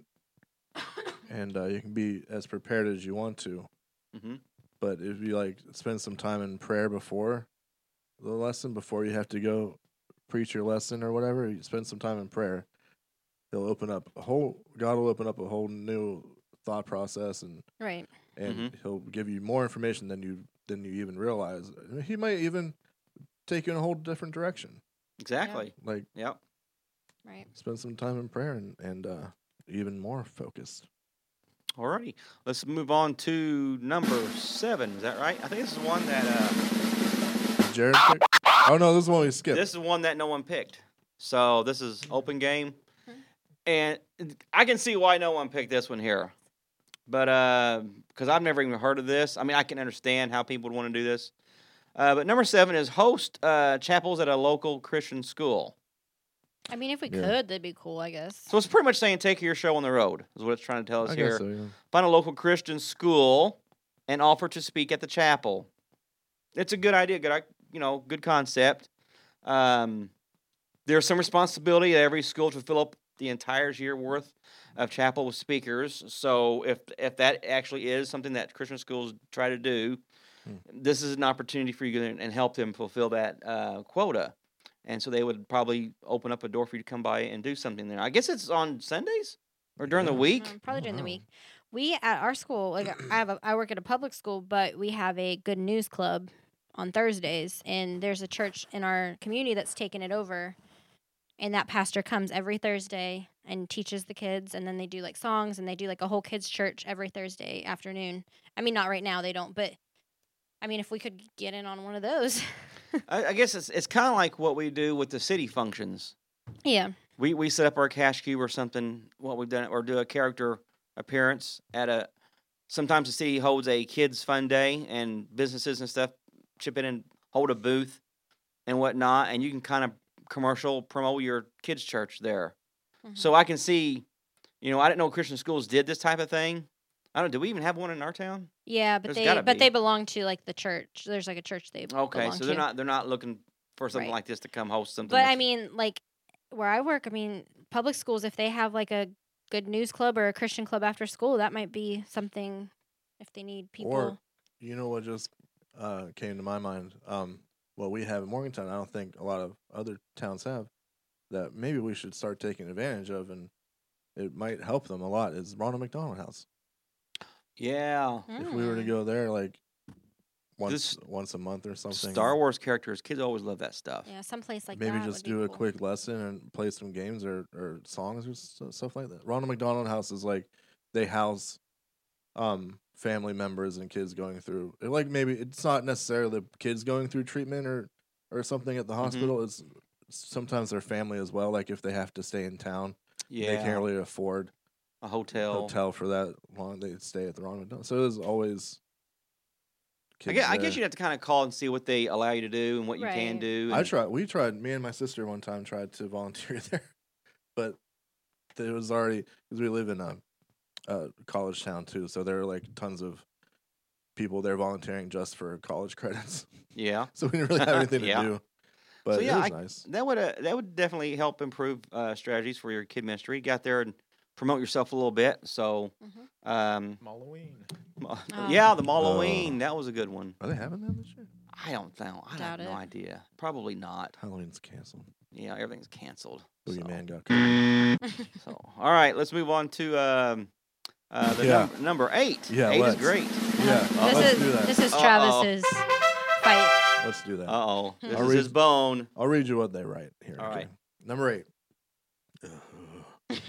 D: and uh, you can be as prepared as you want to.
B: Mhm.
D: But if you like spend some time in prayer before the lesson, before you have to go preach your lesson or whatever, you spend some time in prayer. He'll open up a whole. God will open up a whole new thought process and
C: Right.
D: and
B: Mm-hmm.
D: he'll give you more information than you than you even realize. He might even take you in a whole different direction.
B: Exactly.
D: Like
B: Yep.
C: Right.
D: spend some time in prayer and and uh, even more focused.
B: Alrighty. Let's move on to number seven. Is that right? I think this is one that uh, (coughs)
D: Jared, pick- oh no, this is one we skipped.
B: this is one that no one picked. So this is open game,
C: Mhm.
B: and I can see why no one picked this one here. But because I've never even heard of this, I mean, I can understand how people would want to do this. Uh, but number seven is host uh, chapels at a local Christian school.
C: I mean, if we
D: Yeah.
C: could, that'd be cool, I guess.
B: So it's pretty much saying take your show on the road is what it's trying to tell us
D: I
B: here.
D: guess so. Yeah.
B: find a local Christian school and offer to speak at the chapel. It's a good idea, good i- you know, good concept. Um, there's some responsibility at every school to fill up the entire year worth of chapel with speakers. So if if that actually is something that Christian schools try to do,
D: Hmm.
B: this is an opportunity for you to, and help them fulfill that uh, quota. And so they would probably open up a door for you to come by and do something there. I guess it's on Sundays or during the
D: Yeah.
B: week.
C: Um, probably
D: Oh,
C: during the
D: wow.
C: week. We at our school, like I have, a, I work at a public school, but we have a good news club on Thursdays, and there's a church in our community that's taken it over, and that pastor comes every Thursday and teaches the kids, and then they do like songs, and they do like a whole kids church every Thursday afternoon. I mean, not right now they don't, but I mean, if we could get in on one of those,
B: I, I guess it's it's kind of like what we do with the city functions.
C: yeah,
B: We we set up our cash cube or something. What we've done, or do a character appearance at a. Sometimes the city holds a kids fun day, and businesses and stuff chip in and hold a booth and whatnot, and you can kind of commercial promote your kids church there.
C: Mhm.
B: So I can see, you know, I didn't know Christian schools did this type of thing. I don't. Do we even have one in our town?
C: yeah, but
B: There's gotta
C: they but
B: be.
C: they belong to like the church. There's like a church they
B: Okay,
C: belong
B: so they're
C: to.
B: not they're not looking for something
C: Right.
B: like this to come host something.
C: But I
B: that's-
C: mean, like where I work, I mean, public schools, if they have like a good news club or a Christian club after school, that might be something if they need people.
D: Or you know what just uh, came to my mind? Um, what we have in Morgantown, I don't think a lot of other towns have, that maybe we should start taking advantage of, and it might help them a lot. Is Ronald McDonald House?
B: Yeah.
D: If we were to
C: Mm.
D: go there, like once
B: This-
D: once a month or something,
B: Star Wars characters, kids always love that stuff.
C: yeah, someplace like
D: maybe
C: that
D: just
C: would be
D: do a
C: cool.
D: quick lesson and play some games or, or songs or s- stuff like that. Ronald McDonald House is like they house um family members and kids going through it like maybe it's not necessarily the kids going through treatment or or something
B: Mm-hmm.
D: at the hospital it's sometimes their family as well like if they have to stay in town
B: Yeah.
D: they can't really afford
B: a
D: a
B: hotel.
D: hotel for that long they stay at the Ronald McDonald so there's always
B: I
D: kids
B: guess, I guess
D: there.
B: you'd have to kind of call and see what they allow you to do and what you can
C: Right.
B: do.
D: I
B: and-
D: tried. We tried. Me and my sister one time tried to volunteer (laughs) there, but there was already because we live in a, a college town too, so there are like tons of people there volunteering just for college (laughs) credits.
B: Yeah.
D: So we didn't really have
B: (laughs)
D: anything
B: Yeah.
D: to do. But
B: yeah,
D: it was nice.
B: That would uh, that would definitely help improve uh, strategies for your kid ministry. Get there and promote yourself a little bit. So,
C: Mhm.
B: um,
E: Halloween.
B: ma-
C: Oh.
B: yeah, the Halloween
D: Uh.
B: that was a good one.
D: Are they having that this year?
B: I don't know. I have
C: Doubt
B: no
C: it.
B: idea. Probably not.
D: Halloween's canceled.
B: Yeah, everything's canceled. So,
D: Boogeyman got caught.
B: so, all right, let's move on to um, uh, the
D: Yeah.
B: num- number eight.
D: Yeah,
B: eight
D: let's.
B: is great.
D: Yeah,
C: Mm. This
D: let's
C: is
D: do that.
C: this is
B: Uh-oh.
C: Travis's fight.
D: let's do that.
B: Uh oh, this
D: I'll
B: is
D: read-
B: his bone.
D: I'll read you what they write here.
B: All right. (laughs)
D: Number eight.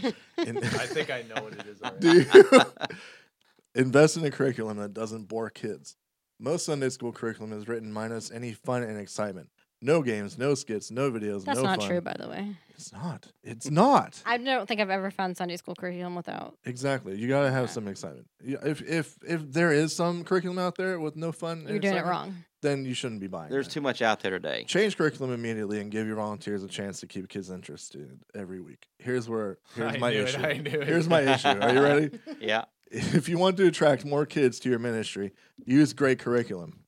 D: In-
C: (laughs)
D: (laughs)
E: I think I know what it is already.
D: Do you (laughs) invest in a curriculum that doesn't bore kids? Most Sunday school curriculum is written minus any fun and excitement. No games, no skits, no videos.
C: That's
D: no
C: not
D: fun.
C: true, by the way.
D: It's not. It's not.
C: I don't think I've ever found Sunday school curriculum without.
D: Exactly. You gotta have
C: Yeah.
D: some excitement. Yeah, If if if there is some curriculum out there with no fun, and
C: You're doing it
D: excitement,
C: wrong.
D: Then you shouldn't be buying.
B: There's
D: that.
B: too much out there
D: (laughs)
B: today.
D: Change curriculum immediately and give your volunteers a chance to keep kids interested every week. Here's where here's
E: (laughs) I
D: my
E: knew
D: issue.
E: It, I knew it.
D: Here's my issue. Are you
E: (laughs)
D: ready?
B: Yeah.
D: if you want to attract more kids to your ministry, use great curriculum.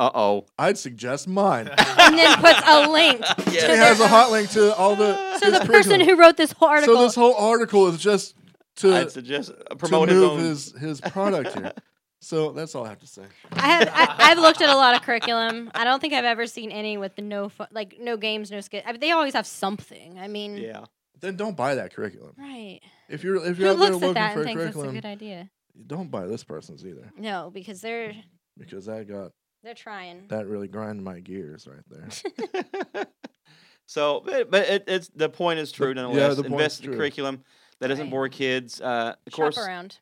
B: Uh oh.
D: I'd suggest
B: (laughs)
D: mine.
C: And then puts a
D: (laughs)
C: link.
B: Yeah.
C: to
D: it has
C: their own-
D: a hot link to all the.
C: So
D: his
C: the person
D: curriculum.
C: who wrote this whole article
D: So this whole article is just
B: (laughs)
D: to,
B: I'd suggest uh,
D: to
B: promote his
D: move
B: own.
D: his, his product here. So that's all I have to say.
C: I have I, I've looked at a lot of curriculum. I don't think I've ever seen any with the no fu- like no games, no skit. I mean, they always have something. I mean,
B: (laughs)
D: (laughs)
B: yeah.
D: Then don't buy that curriculum.
C: right?
D: If you're if
C: Who
D: you're out there
C: looks
D: looking
C: at that and
D: for a
C: thinks it's a
D: curriculum,
C: good idea?
D: don't buy this person's either
C: No, because they're
D: because that got
C: they're trying.
D: that really grind my gears right
C: (laughs)
D: there.
B: so, but, but it, it's the point is true
D: The- yeah,
B: nonetheless.
D: the point's
B: Invest in
D: true.
B: curriculum that doesn't
C: Right.
B: bore kids. Uh, of
C: Shop
B: course.
C: around.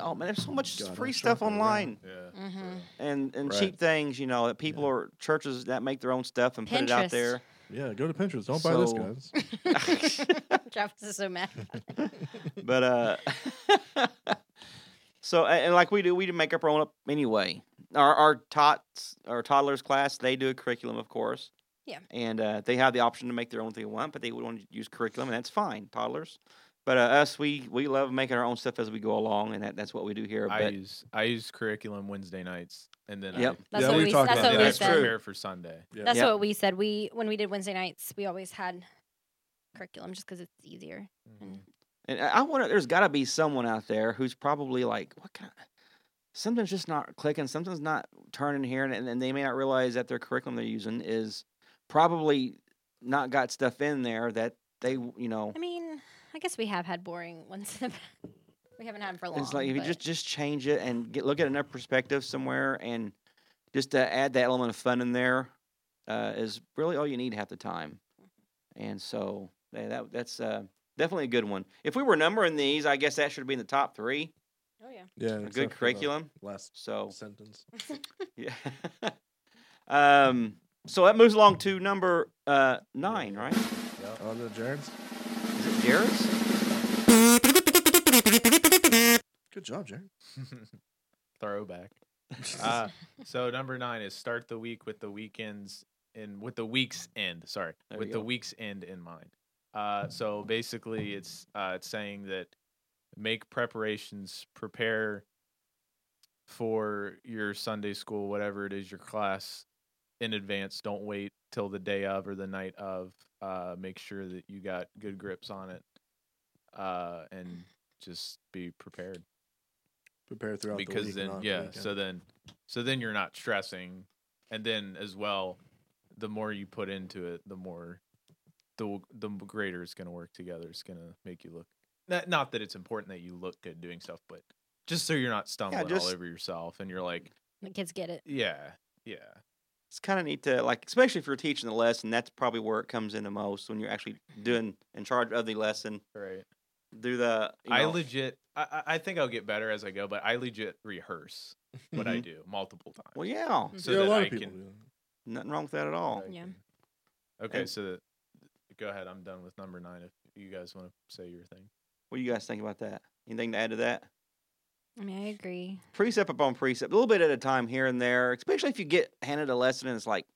B: Oh man, there's so much
D: God,
B: free
D: I'm
B: stuff
D: shopping around.
B: online
C: (laughs)
E: Yeah.
C: hmm
B: and and
D: Right.
B: cheap things. You know, that people
D: Yeah.
B: or churches that make their own stuff and put it out
C: Pinterest.
B: there.
D: Yeah, go to Pinterest. Don't buy
B: So-
D: this,
B: (laughs)
D: guys.
C: Travis is so mad.
B: but uh, (laughs) so a- and like we do, we do make up our own up anyway. Our our tots our toddlers class they do a curriculum, of course.
C: Yeah.
B: And uh, they have the option to make their own thing they want, but they would want to use curriculum, and that's fine, toddlers. But uh, us, we we love making our own stuff as we go along, and that, that's what we do here.
E: I
B: But
E: use I use curriculum Wednesday nights, and then
B: Yep.
C: That's
D: Yeah,
C: what
D: we
C: we.
D: talked
C: That's
E: I,
D: about
C: what
E: then
C: we
E: I
D: that.
C: said.
E: prepare for Sunday.
C: That's
B: Yeah.
C: what we said. We when we did Wednesday nights, we always had curriculum just because it's easier.
D: Mm-hmm.
E: Mhm.
B: and I I wonder, there's got to be someone out there who's probably like, what kind of something's just not clicking, something's not turning here, and, and they may not realize that their curriculum they're using is probably not got stuff in there that they, w- you know,
C: I mean, I guess we have had boring ones. in the (laughs) pa- we haven't had 'em for long.
B: it's like if you
C: but-
B: just just change it and get look at another perspective somewhere, and just to add that element of fun in there uh, is really all you need half the time, and so yeah, that that's. Uh, Definitely a good one. If we were numbering these, I guess that should be in the top three.
C: oh yeah.
B: A
D: Yeah, except for
B: good
D: the
B: curriculum.
D: Last
B: So
D: sentence.
B: Yeah. (laughs) um. So that moves along to number uh nine, right?
E: Yep.
D: Oh, the Jared's.
B: Is it Jared's?
D: Good job, Jared.
E: (laughs)
B: (laughs)
E: Throwback. Uh, so number nine is start the week with the weekends in with the week's end. Sorry,
B: There
E: with
B: you
E: the
B: go.
E: week's end in mind. Uh, so basically, it's uh, it's saying that make preparations, prepare for your Sunday school, whatever it is, your class in advance. Don't wait till the day of or the night of. Uh, make sure that you got good grips on it, uh, and just be prepared
D: Prepare throughout the
E: because
D: week,
E: then
D: not the
E: yeah
D: weekend.
E: so then so then you're not stressing and then as well the more you put into it, the more the w- the m- greater it's gonna work together. It's gonna make you look not not that it's important that you look good doing stuff, but just so you're not stumbling all
B: just-
E: over yourself and you're like,
C: The kids get it.
E: yeah, yeah,
B: it's kind of neat to like, especially if you're teaching the lesson. That's probably where it comes in the most when you're actually doing in charge of the lesson.
E: right.
B: Do the you
E: I
B: know,
E: legit, I, I- I think I'll get better as I go, but I legit rehearse what I do multiple times.
B: Well, yeah,
C: Mhm.
E: so
D: yeah, Mm-hmm. a
E: that
D: lot
E: I
D: of people.
E: can-
D: do that.
B: nothing wrong with that at all.
E: Right.
C: Yeah.
E: Okay,
B: And-
E: so go ahead. I'm done with number nine. If you guys want to say your thing,
B: What do you guys think about that? Anything to add to that?
C: I mean, I agree.
B: Precept upon precept, a little bit at a time here and there. Especially if you get handed a lesson and it's like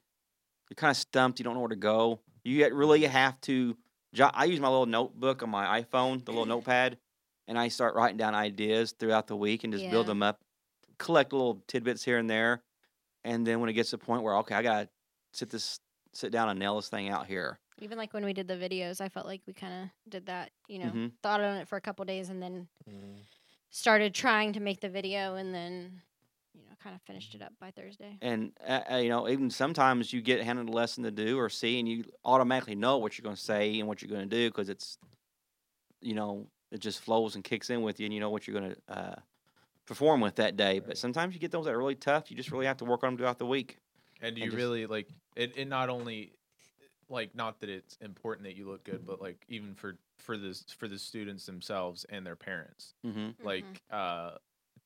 B: you're kind of stumped, you don't know where to go. You get- really have to. Jot, I use my little notebook on my iPhone, the little notepad, and I start writing down ideas throughout the week and just build
C: Yeah.
B: them up, collect little tidbits here and there, and then when it gets to the point where okay, I gotta sit this sit down and nail this thing out here.
C: Even like when we did the videos, I felt like we kind of did that. You know,
B: Mhm.
C: thought on it for a couple days and then
D: Mhm.
C: started trying to make the video, and then you know, kind of finished it up by Thursday.
B: and uh, uh, you know even sometimes you get handed a lesson to do or see and you automatically know what you're going to say and what you're going to do because it's you know it just flows and kicks in with you and you know what you're going to uh, perform with that day but
E: Right.
B: sometimes you get those that are really tough you just really have to work on them throughout the week
E: and you
B: just-
E: really like it, it. Not only like not that it's important that you look good, but like even for for this for the students themselves and their parents,
B: mm-hmm.
E: like uh,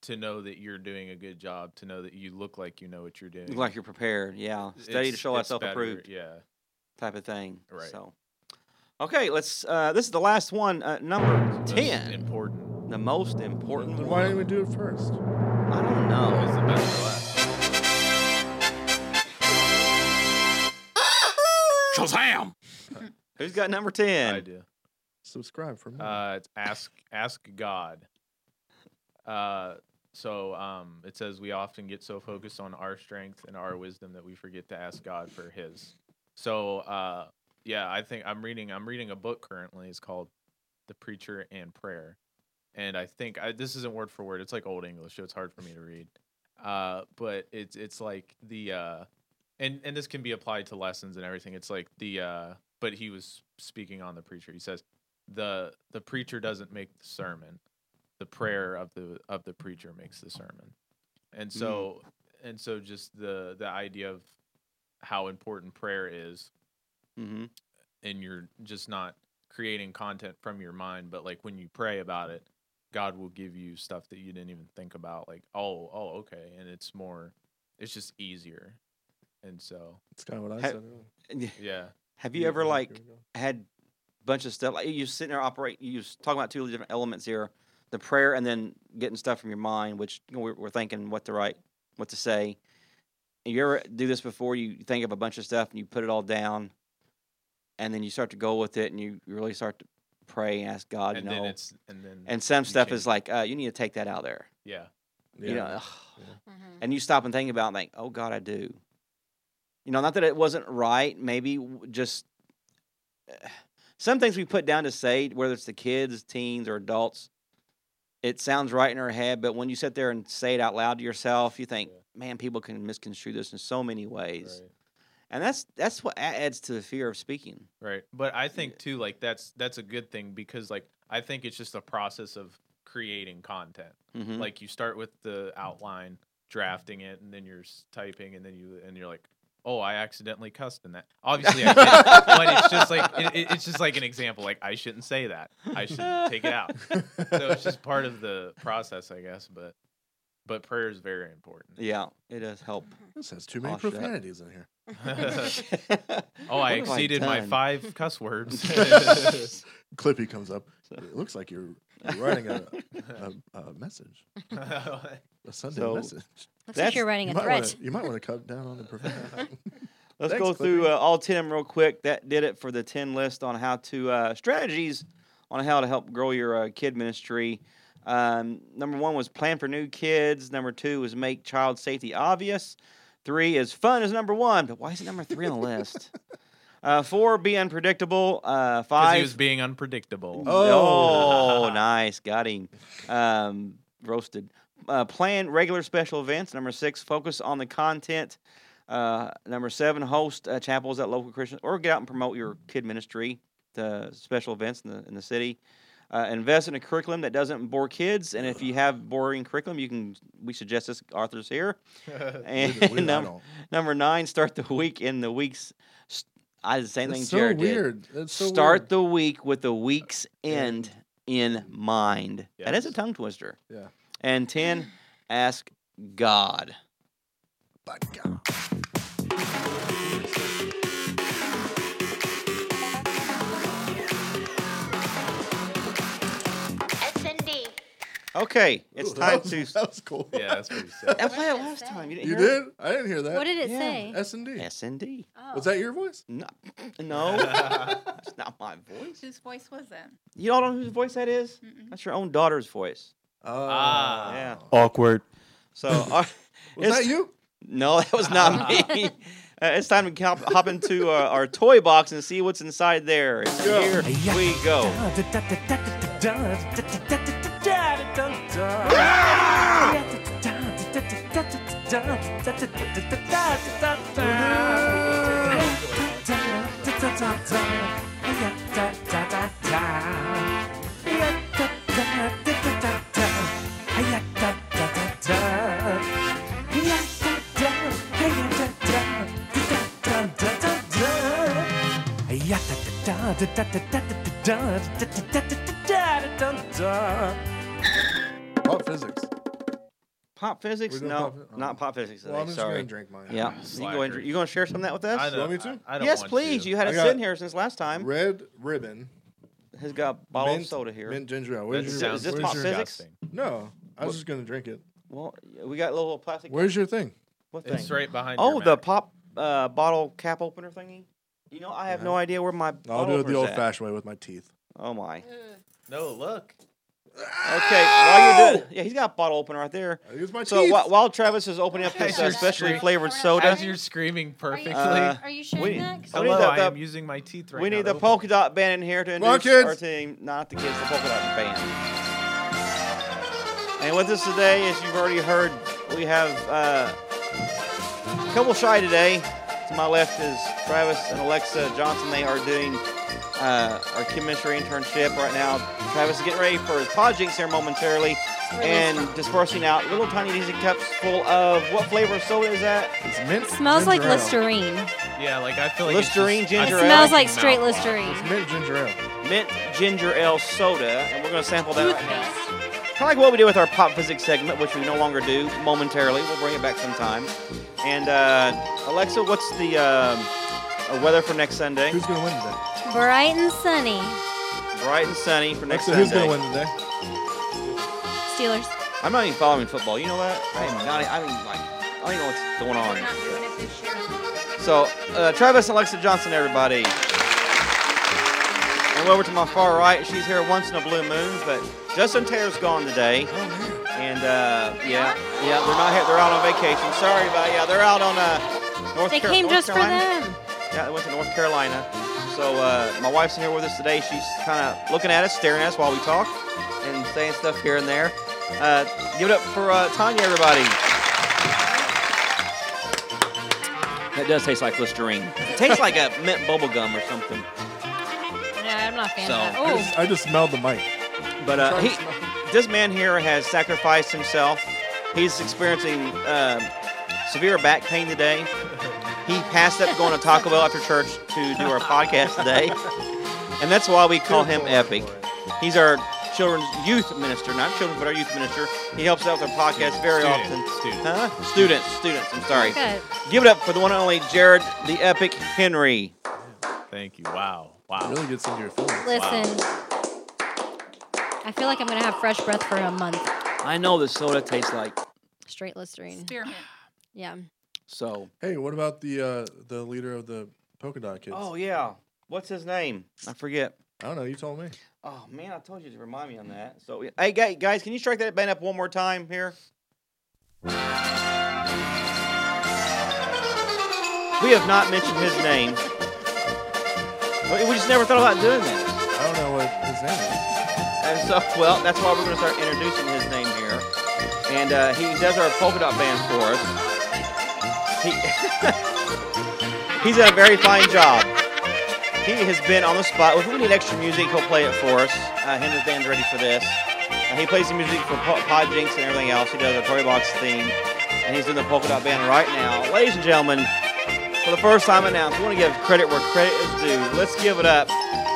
E: to know that you're doing a good job, to know that you look like you know what you're doing.
B: look like you're prepared yeah study to
E: It's-
B: show
E: it's
B: thyself
E: better,
B: approved
E: Yeah.
B: type of thing
E: Right.
B: so okay let's uh, this is the last one uh, number
E: Most
B: 10
E: important.
B: the most important
D: Then why
B: one
D: didn't we do it first?
B: i don't know
E: It's the best for last.
B: who's got number 10
E: I do.
D: Subscribe for more.
E: Uh, it's ask ask God. Uh, so um, it says we often get so focused on our strength and our wisdom that we forget to ask God for His. So uh, yeah, I think I'm reading I'm reading a book currently. It's called The Preacher and Prayer, and I think I, this isn't word for word. It's like old English, so it's hard for me to read. Uh, but it's it's like the uh, and and this can be applied to lessons and everything. It's like the uh, but he was speaking on the preacher. He says the the preacher doesn't make the sermon the prayer of the of the preacher makes the sermon and so and so just the the idea of how important prayer is
B: mm-hmm.
E: (laughs) and you're just not creating content from your mind but like when you pray about it god will give you stuff that you didn't even think about like oh oh okay and it's more it's just easier and so
D: That's kind of what I
B: ha-
D: said. earlier.
E: yeah
B: Have you ever like had bunch of stuff like you sitting there operate? You was talking about two different elements here: the prayer and then getting stuff from your mind, which you know, we're, we're thinking what to write, what to say. You ever do this before? You think of a bunch of stuff and you put it all down, and then you start to go with it, and you you really start to pray and ask God.
E: and
B: you
E: then
B: know,
E: it's and then
B: and some
E: you
B: stuff
E: change.
B: is like uh, you need to take that out there.
E: yeah
B: You
D: (laughs)
B: know,
C: Mhm.
B: and you stop and think about like oh god i do you know not that it wasn't right maybe w- just uh, some things we put down to say whether it's the kids teens or adults it sounds right in our head but when you sit there and say it out loud to yourself you think
E: Yeah.
B: man people can misconstrue this in so many ways
E: right.
B: and that's that's what a- adds to the fear of speaking
E: Right. But I think
B: Yeah.
E: too, like that's that's a good thing because like I think it's just a process of creating content.
B: Mhm.
E: Like you start with the
B: Mm.
E: outline, drafting it, and then you're s- typing, and then you and you're like, oh, I accidentally cussed in that. Obviously, I did, but it's just like it, it- it's just like an example. Like I shouldn't say that. I should take it out. So it's just part of the process, I guess. But but prayer is very important.
B: yeah it does
E: (laughs)
B: help
D: This has too many
B: Oh, shit.
D: profanities in here. (laughs)
E: oh,
B: What
E: I
B: have I
E: exceeded my
B: done?
E: five cuss (laughs) words.
D: Clippy comes up. It looks like you're writing a, a, a message, a Sunday
B: So,
D: message.
C: Looks
B: that's-
C: like you're writing a
D: You might,
C: threat.
D: wanna, you might want to cut down on the
E: (laughs)
D: profanities.
B: Let's
D: Thanks,
B: go through
D: Clippy.
B: uh, all 10 of 'em real quick. That did it for the 10 list on how to uh, strategies on how to help grow your uh, kid ministry. Um, number one was plan for new kids. Number two was make child safety obvious. Three is fun is number one, but why is it number three on the
E: (laughs)
B: list? Uh, four, be unpredictable. Uh,
E: Because
B: five,
E: he was being unpredictable.
B: Oh, nice. Got him. Um, roasted. Uh, plan regular special events. Number six, focus on the content. Uh, number seven, host uh, chapels at local Christian or get out and promote your kid ministry to special events in the in the city. Uh, invest in a curriculum that doesn't bore kids, and if you have boring curriculum, you can. We suggest this authors here.
D: We
B: And
D: do- we- I
B: num-
D: don't.
B: number nine, start the week in the weeks. s- I did the same thing.
D: That's so
B: Jared did.
D: weird. That's so
B: start
D: weird.
B: the week with the week's end in mind. That is a
E: Yes.
B: tongue twister.
D: Yeah.
B: And ten, ask God.
D: But God.
G: S&D.
B: Okay, it's
D: Ooh, that (laughs)
B: time
D: was-
B: to.
D: That was cool.
E: yeah, that's pretty sad.
B: I played it
C: What did it
B: last
C: say?
B: time. You didn't
D: You
B: hear
D: did? I didn't hear that.
C: What did it
B: Yeah.
C: say?
D: S and D.
B: S and D.
C: Oh.
D: Was that your voice? (laughs)
B: No, no, it's not my voice.
F: Whose voice was that?
B: You all know whose voice that is?
F: Mm-mm.
B: That's your own daughter's voice.
E: Ah.
B: Yeah.
H: Awkward.
D: (laughs)
B: So, uh,
D: Oh, Was
B: Oh. it's-
C: (laughs)
D: that you?
B: No, that was not
D: (laughs)
B: me. Uh, it's time to cop- hop into uh, our toy box and see what's inside there. And here we go.
D: Pop physics.
B: Pop physics?
D: We're doing
B: No,
D: pop phy-
B: not
D: oh.
B: physics physics.
D: Well, I'm
B: today,
D: just
B: Sorry.
D: gonna drink mine.
B: Yeah. You,
E: Slacker.
B: go and, you going to share some of that with us?
E: I don't,
D: want me to?
E: I, I don't
B: yes,
E: want
B: please.
E: to.
B: You had
D: I
B: us
D: got-
B: sitting here since last time.
D: Red ribbon.
B: Has got a bottle
D: mint,
B: of soda here.
D: Mint ginger ale.
E: That
D: Where's your,
E: sounds
B: is this
D: where's
B: pop
D: your-
B: physics?
E: disgusting.
D: No, I
B: Wh-
D: was just gonna drink it.
B: Well, we got a little plastic.
D: Where's your thing?
B: What thing?
E: It's right behind.
B: Oh,
E: your
B: the
E: Mac.
B: pop uh, bottle cap opener thingy. You know, I have no idea where my.
D: I'll
B: bottle
D: do it the
B: opener's
D: old
B: at.
D: fashioned way with my teeth.
B: Oh my.
E: No, look.
B: Okay, while you're doing, yeah, he's got a bottle opener right there.
D: I use my
B: So
D: teeth.
B: while, while Travis is opening
E: (laughs)
B: up this
E: As
B: uh,
E: you're
B: specially
E: screaming-
B: flavored
E: As
B: soda,
E: you're screaming perfectly.
B: Uh,
C: Are you sharing
B: we-
C: that? 'Cause
B: I
D: Oh,
E: Hello,
B: need the-
E: I
B: the-
E: am using my teeth right
B: we
E: now.
B: need
E: to
B: the
E: open
B: polka dot band in here to
D: on,
B: introduce our
D: kids.
B: team, not the kids, the polka dot band. And with us today, as you've already heard, we have uh, a couple shy today. To my left is Travis and Alexa Johnson. They are doing uh, our kid ministry internship right now. Travis is getting ready for his pod jinx here momentarily and dispersing out little tiny easy cups full of what flavor of soda is that?
D: it's mint.
C: Smells like
D: ginger ale.
C: Listerine.
E: Yeah, like I feel like
B: Listerine
E: it's just, I
B: ginger
E: feel
C: It
B: ale.
C: smells like
E: it's
C: straight
E: mouthwash.
C: Listerine.
D: It's mint ginger ale.
B: mint ginger ale soda, and we're going to sample that right now. Kind of like what we do with our pop physics segment, which we no longer do momentarily. We'll bring it back sometime. And uh, Alexa, what's the um, uh, weather for next Sunday?
D: Who's gonna win today?
C: Bright and sunny.
B: Bright and sunny for next
D: So who's
B: Sunday.
D: gonna win today?
C: Steelers.
B: I'm not even following football. You know that? I am not. I mean, like, I don't even know what's going on.
F: Not doing it this year.
B: So, uh, Travis and Alexa Johnson, everybody. And over to my far right, she's here once in a blue moon, but Justin Taylor's gone today. And uh, yeah, yeah, they're not here. They're out on vacation. Sorry about yeah. They're out on uh, North.
C: They
B: Car-
C: came
B: North
C: just for
B: Carolina.
C: them.
B: Yeah, they went to North Carolina. So uh, my wife's in here with us today. She's kind of looking at us, staring at us while we talk, and saying stuff here and there. Uh, give it up for uh, Tanya, everybody. That does taste like Listerine. It tastes like a mint bubble gum or something.
C: Yeah, I'm not a fan
B: So-
C: of that.
D: I
C: Oh,
D: just, I just smelled the mic.
B: But uh, he, this man here has sacrificed himself. He's experiencing um severe back pain today. He passed up going to Taco Bell after church to do our podcast today, and that's why we call him Epic. He's our children's youth minister, not children, but our youth minister. He helps out with our podcast very
E: Student,
B: often.
E: student.
B: Huh? Students, students. I'm sorry.
C: good.
B: Give it up for the one and only Jared, the Epic Henry.
E: Thank you. Wow. Wow.
D: really gets into your feelings.
C: Listen. I feel like I'm gonna have fresh breath for a month.
B: I know the soda tastes like
C: Straight Listerine.
D: (gasps)
F: Spearmint.
C: Yeah.
B: so.
D: Hey, what about the uh, the leader of the polka dot kids?
B: Oh yeah, what's his name? I forget.
D: I don't know. You told me.
B: Oh man, I told you to remind me on that. So, hey guy- guys, can you strike that band up one more time here? We have not mentioned his name. We we just never thought about doing that.
D: I don't know what his name is.
B: And so, well, that's why we're going to start introducing his name here. And uh, he does our polka dot band for us. He, (laughs) he's done a very fine job. He has been on the spot. If we need extra music, he'll play it for us. Uh, him and his band's ready for this. Uh, he plays the music for po- Pod Jinx and everything else. He does a Toy Box theme, and he's in the Polka Dot Band right now. Ladies and gentlemen, for the first time announced, we want to give credit where credit is due. Let's give it up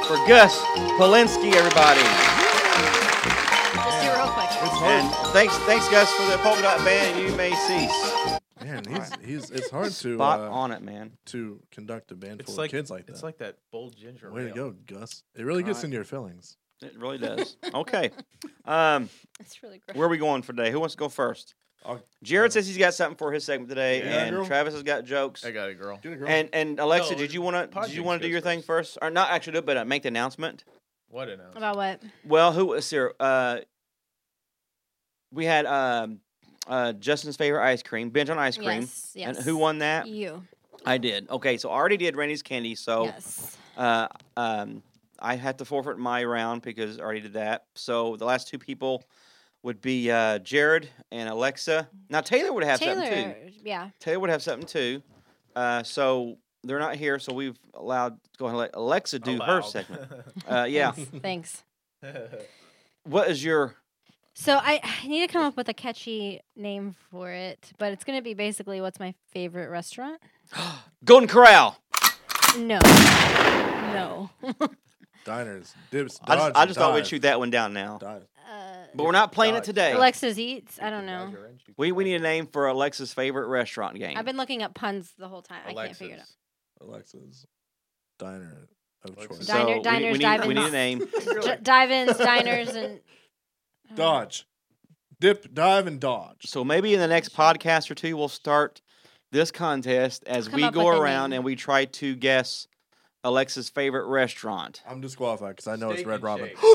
B: for Gus Polinski, everybody.
C: Just do it real quick.
D: It's
B: And
D: hard.
B: thanks, thanks, Gus, for the Polka Dot Band. You may cease.
D: Man, he's, he's it's hard to
B: Spot
D: uh,
B: on it, man.
D: to conduct a band
E: It's
D: full
E: like
D: of kids like that.
E: It's like that bold ginger.
D: Way to
E: ale.
D: go, Gus. It really gets
B: Alright.
D: in your feelings.
B: It really does. (laughs) Okay. Um,
C: It's really gross.
B: where are we going for today? Who wants to go 1st
D: I'll-
B: Jared says he's got something for his segment today,
E: Yeah,
B: and
D: girl.
B: Travis has got jokes.
E: I got it, girl.
B: And and Alexa,
E: No,
B: did you want to
E: Pod
B: did you
E: Jinx
B: want to do
E: goes
B: your thing first, or not actually do it, but uh, make the announcement?
E: What an ounce.
C: About what?
B: Well, who was there? Uh, we had um, uh, Justin's favorite ice cream, binge on ice cream,
C: Yes. Yes.
B: and who won that? Oh.
C: You.
B: I did. Okay, so I already did Randy's candy, so
C: Yes.
B: uh, um, I had to forfeit my round because I already did that. So the last two people would be uh, Jared and Alexa. Now Taylor would have something too.
C: Taylor. Yeah.
B: Taylor would have something too. Uh, so they're not here, so we've allowed go ahead and let Alexa
E: Oh,
B: do her
E: Allowed.
B: segment. Uh, yeah.
C: Thanks. Thanks.
B: what is your
C: So I, I need to come up with a catchy name for it, but it's gonna be basically what's my favorite restaurant.
B: Golden Corral?
C: No.
B: (laughs)
C: No.
D: Diners, dips,
B: I just, I just thought we'd
D: dive,
B: shoot that one down now,
D: dive.
C: Uh,
B: but we're not playing it
D: Dodge,
B: today.
D: Dodge.
C: Alexa's Eats. I don't know.
B: We we need a name for Alexa's favorite restaurant game.
C: I've been looking up puns the whole time. I can't figure it out.
D: Alexa's diner of
E: Alexa's.
D: choice.
B: so
C: Diner-
B: we-
C: diners,
B: we, need, we need a
C: dive-ins. (laughs)
B: name.
C: D- dive-ins, diners, and I don't know.
D: Dodge, dip, dive, and dodge.
B: So maybe in the next podcast or two, we'll start this contest as
C: Come
B: we
C: up
B: go
C: with a
B: around
C: name.
B: and we try to guess Alexa's favorite (laughs) restaurant.
D: I'm disqualified because I know it's Red Robin.
B: (laughs)
D: (gasps)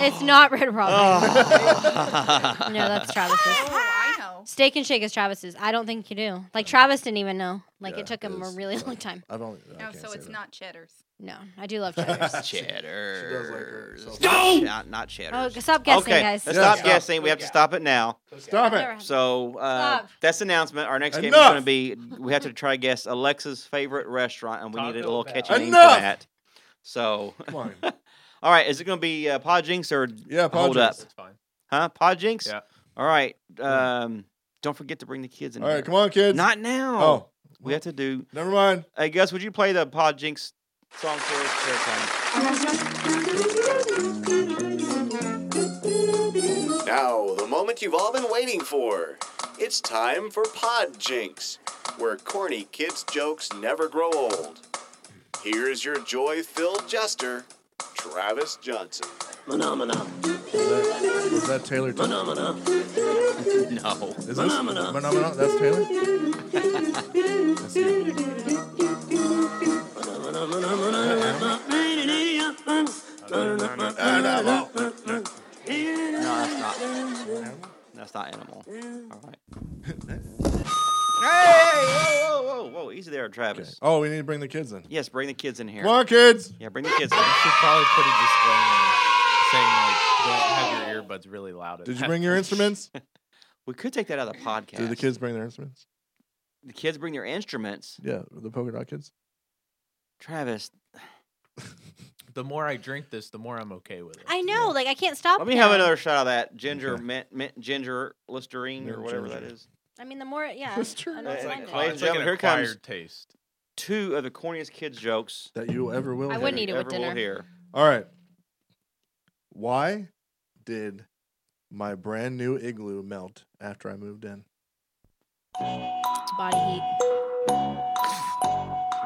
C: It's not Red Robin.
B: Oh.
C: no, that's Travis's.
F: Oh, I know.
C: Steak and Shake is Travis's. I don't think you do. Like Travis didn't even know. Like
D: Yeah,
C: it took him a
D: it's-
C: really
D: yeah.
C: long time.
D: I've only. I
F: No,
D: can't
F: so
D: say
F: it's
D: that.
F: not Cheddar's.
C: No, I do love Travis.
B: cheddar.
D: She does like her-
B: No, not, not cheddar.
C: oh, g- stop guessing,
B: okay,
C: guys.
B: let's
D: Yeah,
B: stop
D: stop.
B: guessing. We have to stop it now.
D: Stop
C: Never
D: it.
C: happened.
B: So uh,
C: Stop.
B: that's the announcement. Our next game is
D: Enough.
B: going to be we have to try to guess Alexa's favorite restaurant, and we
E: Taco
B: needed a little
E: Bell.
B: catchy name for
D: Enough.
B: that. So,
D: Come on.
B: all right, is it going to be uh, Pod Jinx or
D: Yeah,
B: Hold up.
D: apologies.
E: (laughs) It's fine.
B: Huh? Pod Jinx?
E: Yeah.
B: All right. Um, don't forget to bring the kids in.
D: All right, come on, kids.
B: Not now.
D: Oh,
B: We have to do.
D: never mind.
B: Hey, Gus, would you play the Pod Jinx song for us? Here it comes.
A: Now, the moment you've all been waiting for. It's time for Pod Jinx, where corny kids' jokes never grow old. Here's your joy filled jester, Travis Johnson.
D: Is that, is that Taylor? Is
B: No.
D: this Manamana? That's Taylor. That's you.
B: No, that's not. That's not animal. All right. Hey! Whoa, whoa, whoa, whoa. Easy there, Travis.
D: Oh, we need to bring the kids in.
B: Yes, bring the kids in here.
D: Come on, kids.
B: Yeah, bring the kids in.
E: should probably put a disclaimer saying like don't have your earbuds really loud.
D: Did you bring your instruments?
B: We could take that out of the podcast.
D: Did the kids bring their instruments?
B: The kids bring their instruments.
D: Yeah, the polka dot kids.
B: Travis,
E: The more I drink this, the more I'm okay with it.
C: I know. Like I can't stop.
B: let me have
C: now.
B: another shot of that ginger
D: Okay.
B: mint, mint ginger listerine or
D: Mint
B: whatever that
D: ginger.
B: is.
C: I mean, the more, yeah.
D: That's true.
C: I don't
E: It's
C: mind
E: like,
C: it.
B: Ladies and
E: it's like an
B: gentlemen, here comes-
E: acquired taste.
B: Two of the corniest kids jokes
D: That you ever will.
C: I
D: hear.
C: wouldn't eat it with
B: ever will
C: dinner.
B: hear.
D: All right. Why did my brand new igloo melt after I moved in?
C: Body heat.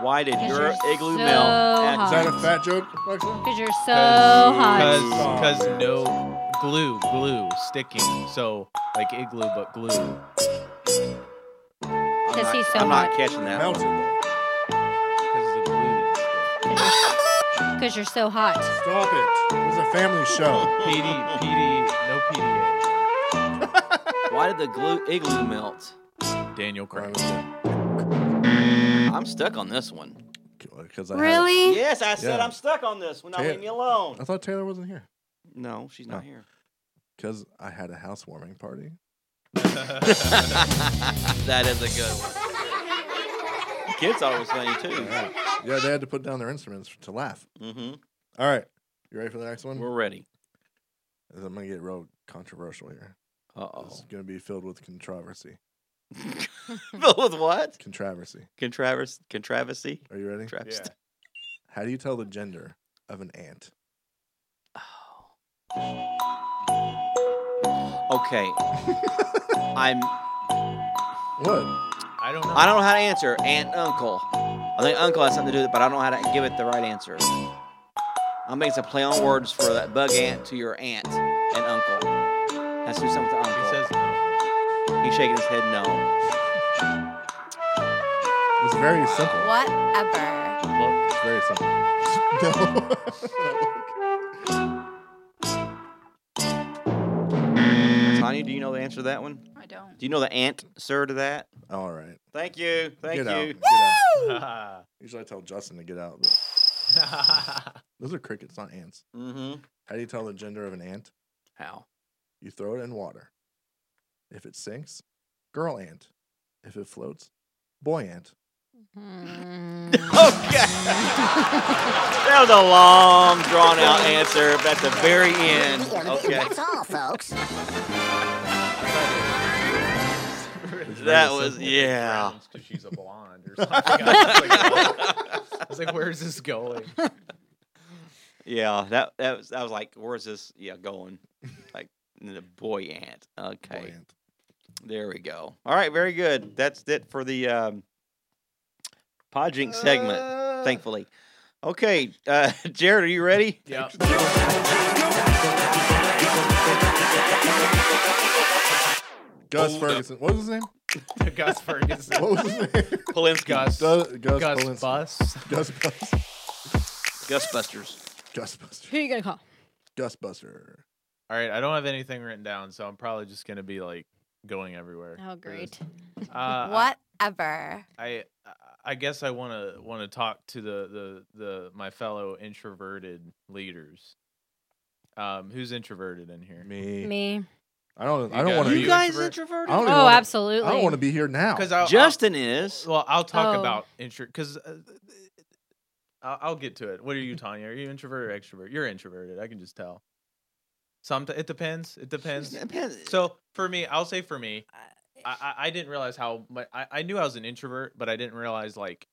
B: Why did
C: Because
B: your
C: you're
B: igloo
C: so
B: melt? at-
D: Is
C: hot.
D: that a fat joke, Alexa?
C: Because you're so
E: Cause,
C: hot.
E: cause no glue, glue sticking. So like igloo, but glue.
B: I'm
C: Because
B: not-
C: he's so
B: I'm not
C: hot.
B: catching that.
D: Melted.
B: one.
D: though.
E: Because the glue. didn't stick.
C: Because you're so hot.
D: Stop it. It was a family show.
E: PD, PD, no PDA.
B: Why did the glue igloo melt?
E: Daniel
D: All
E: Craig.
B: I'm stuck on this one.
D: right, Because I had-
C: Really?
B: Yes, I said
D: Yeah.
B: I'm stuck on this one. Now
D: Taylor-
B: leave me alone.
D: I thought Taylor wasn't here.
B: No, she's
D: Oh.
B: not here.
D: Because I had a housewarming party.
B: that is a good one. kids thought it was funny too.
D: Yeah, they had to put down their instruments to laugh.
B: Mm-hmm.
D: All right. You ready for the next one?
B: We're ready.
D: I'm going to get real controversial here.
B: Uh
D: This (laughs) is going to be filled with controversy.
B: Filled (laughs) with what?
D: Controversy.
B: Contravers- Contravacy?
D: Are you ready?
E: Yeah.
B: Travesty.
D: How do you tell the gender of an ant?
B: Okay. (laughs) I'm.
D: What?
E: I don't know.
B: I don't know how to answer. Aunt, uncle. I think uncle has something to do with it, but I don't know how to give it the right answer. I'm making some play on words for that bug ant to your aunt and uncle. Has to do something with the
E: He
B: uncle.
E: says no.
B: He's shaking his head no.
D: It's very simple.
G: Whatever.
E: Look,
D: It's very simple. No. Mm.
B: Tanya, do you know the answer to that one?
F: I
B: Do
F: don't.
B: you know the aunt, sir, to that?
D: (laughs) All right.
B: Thank you. Thank
D: Get out.
B: you.
D: Get out.
B: (laughs)
E: ah.
D: Usually I tell Justin to get out. But those are crickets, not ants.
B: Mm-hmm.
D: How do you tell the gender of an ant?
B: How?
D: You throw it in water. If it sinks, girl ant. If it floats, boy ant.
C: Hmm.
B: (laughs) Okay. that was a long, drawn out answer, but at the very end. Okay.
G: That's all, folks.
B: (laughs) That was, yeah.
D: (laughs)
E: Because she's a blonde or something. (laughs) I was like, what? I was like, where is this going?
B: Yeah, that, that was, I was like, where's this, yeah, going? Like, the boy ant.
D: Boy
B: Okay.
D: ant.
B: There we go. All right, very good. That's it for the um, Podging segment,
D: Uh.
B: thankfully. Okay, uh, (laughs) Jared, are you ready?
E: Yeah.
D: Gus
B: Hold up.
D: Ferguson. What was
B: (laughs)
D: his name?
E: (laughs) Gus Ferguson.
D: What was his name?
B: Polinsky.
D: (laughs)
E: Gus.
D: Gus, Gus,
E: Gus
D: Polinski.
E: Bus.
D: Gus Bus.
B: Gus Busters.
D: Gus
C: Who
D: Buster.
C: are you gonna call?
D: Gus Buster.
E: All right, I don't have anything written down, so I'm probably just gonna be like going everywhere.
C: Oh,
E: for this.
C: great.
E: Uh,
G: Whatever.
E: I I- I guess I want to want to talk to the the the my fellow introverted leaders. Um, who's introverted in here?
D: Me.
C: Me.
D: I don't.
E: You
D: I don't
E: guys-
D: want
E: Are
D: to.
E: you
D: be
E: guys-
D: I
B: introverted?
D: don't, even
C: Oh,
D: wanna,
C: absolutely.
D: I don't want to be here now.
B: (laughs)
D: (laughs)
E: Because I'll,
B: Justin is.
E: I'll, well, I'll talk
C: Oh.
E: about intro because uh, I'll, I'll get to it. What are you, Tanya? Are you introverted or extrovert? You're introverted. I can just tell. Some it depends.
C: (laughs)
E: It depends.
B: Depends.
E: So for me, I'll say for me, I, I, I didn't realize how much I, I knew I was an introvert, but I didn't realize like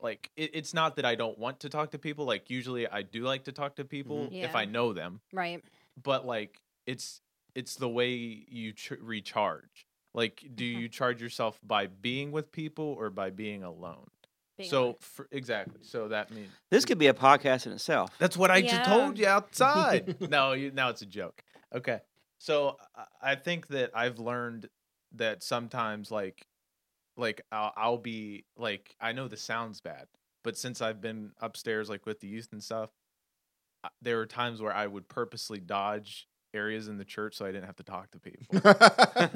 E: like it, it's not that I don't want to talk to people. Like usually I do like to talk to people if
C: Mm-hmm. Yeah.
E: I know them,
C: Right.
E: but like it's it's the way you ch- recharge. Like do
C: Mhm.
E: you charge yourself by being with people or by being alone?
C: Being
E: so
C: honest.
E: for, exactly. So that means
B: this could be a podcast in itself.
E: that's what I
C: Yeah.
E: just told
B: (laughs)
E: you outside. no, you, now it's a joke. Okay. So I- I think that I've learned that sometimes, like, like I'll, I'll be like, I know this sounds bad, but since I've been upstairs, like with the youth and stuff, I- there were times where I would purposely dodge areas in the church so I didn't have to talk to people
B: (laughs)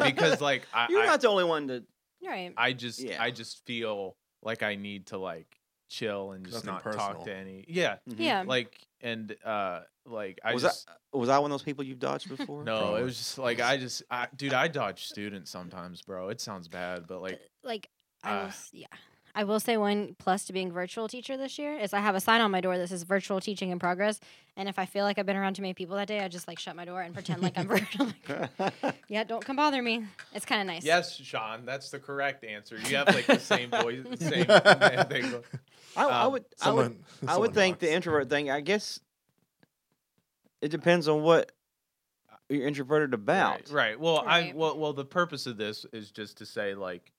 E: because, like, I,
B: You're
E: I,
B: not the only one to.
C: Right.
E: I just
B: Yeah.
E: I just feel like I need to like chill and just
D: Nothing
E: not
D: personal.
E: talk to any. Yeah,
C: yeah.
E: like and uh like I
B: was
E: just
B: I mm-hmm. was I one of those people you've dodged before?
E: no,
D: Probably.
E: it was just like I just I, dude, I dodge students sometimes, bro. It sounds bad, but like
C: Th- uh, like I will,
E: uh,
C: s- yeah. I will say one plus to being virtual teacher this year is I have a sign on my door that says virtual teaching in progress. And if I feel like I've been around too many people that day, I just like shut my door and pretend like I'm (laughs) virtual. Like,
E: (laughs)
C: yeah, don't come bother me. It's kind of (laughs) nice.
E: yes, Sean, that's the correct answer. You have like the same voice, the same (laughs) thing.
B: I, I
E: Um,
B: would. I would.
D: Someone-
B: I would
D: someone
B: think the
D: knocks.
B: introvert thing. I guess it depends on what uh, you're introverted about.
E: Right, right. Well, I
C: Right.
E: well, well, the purpose of this is just to say like,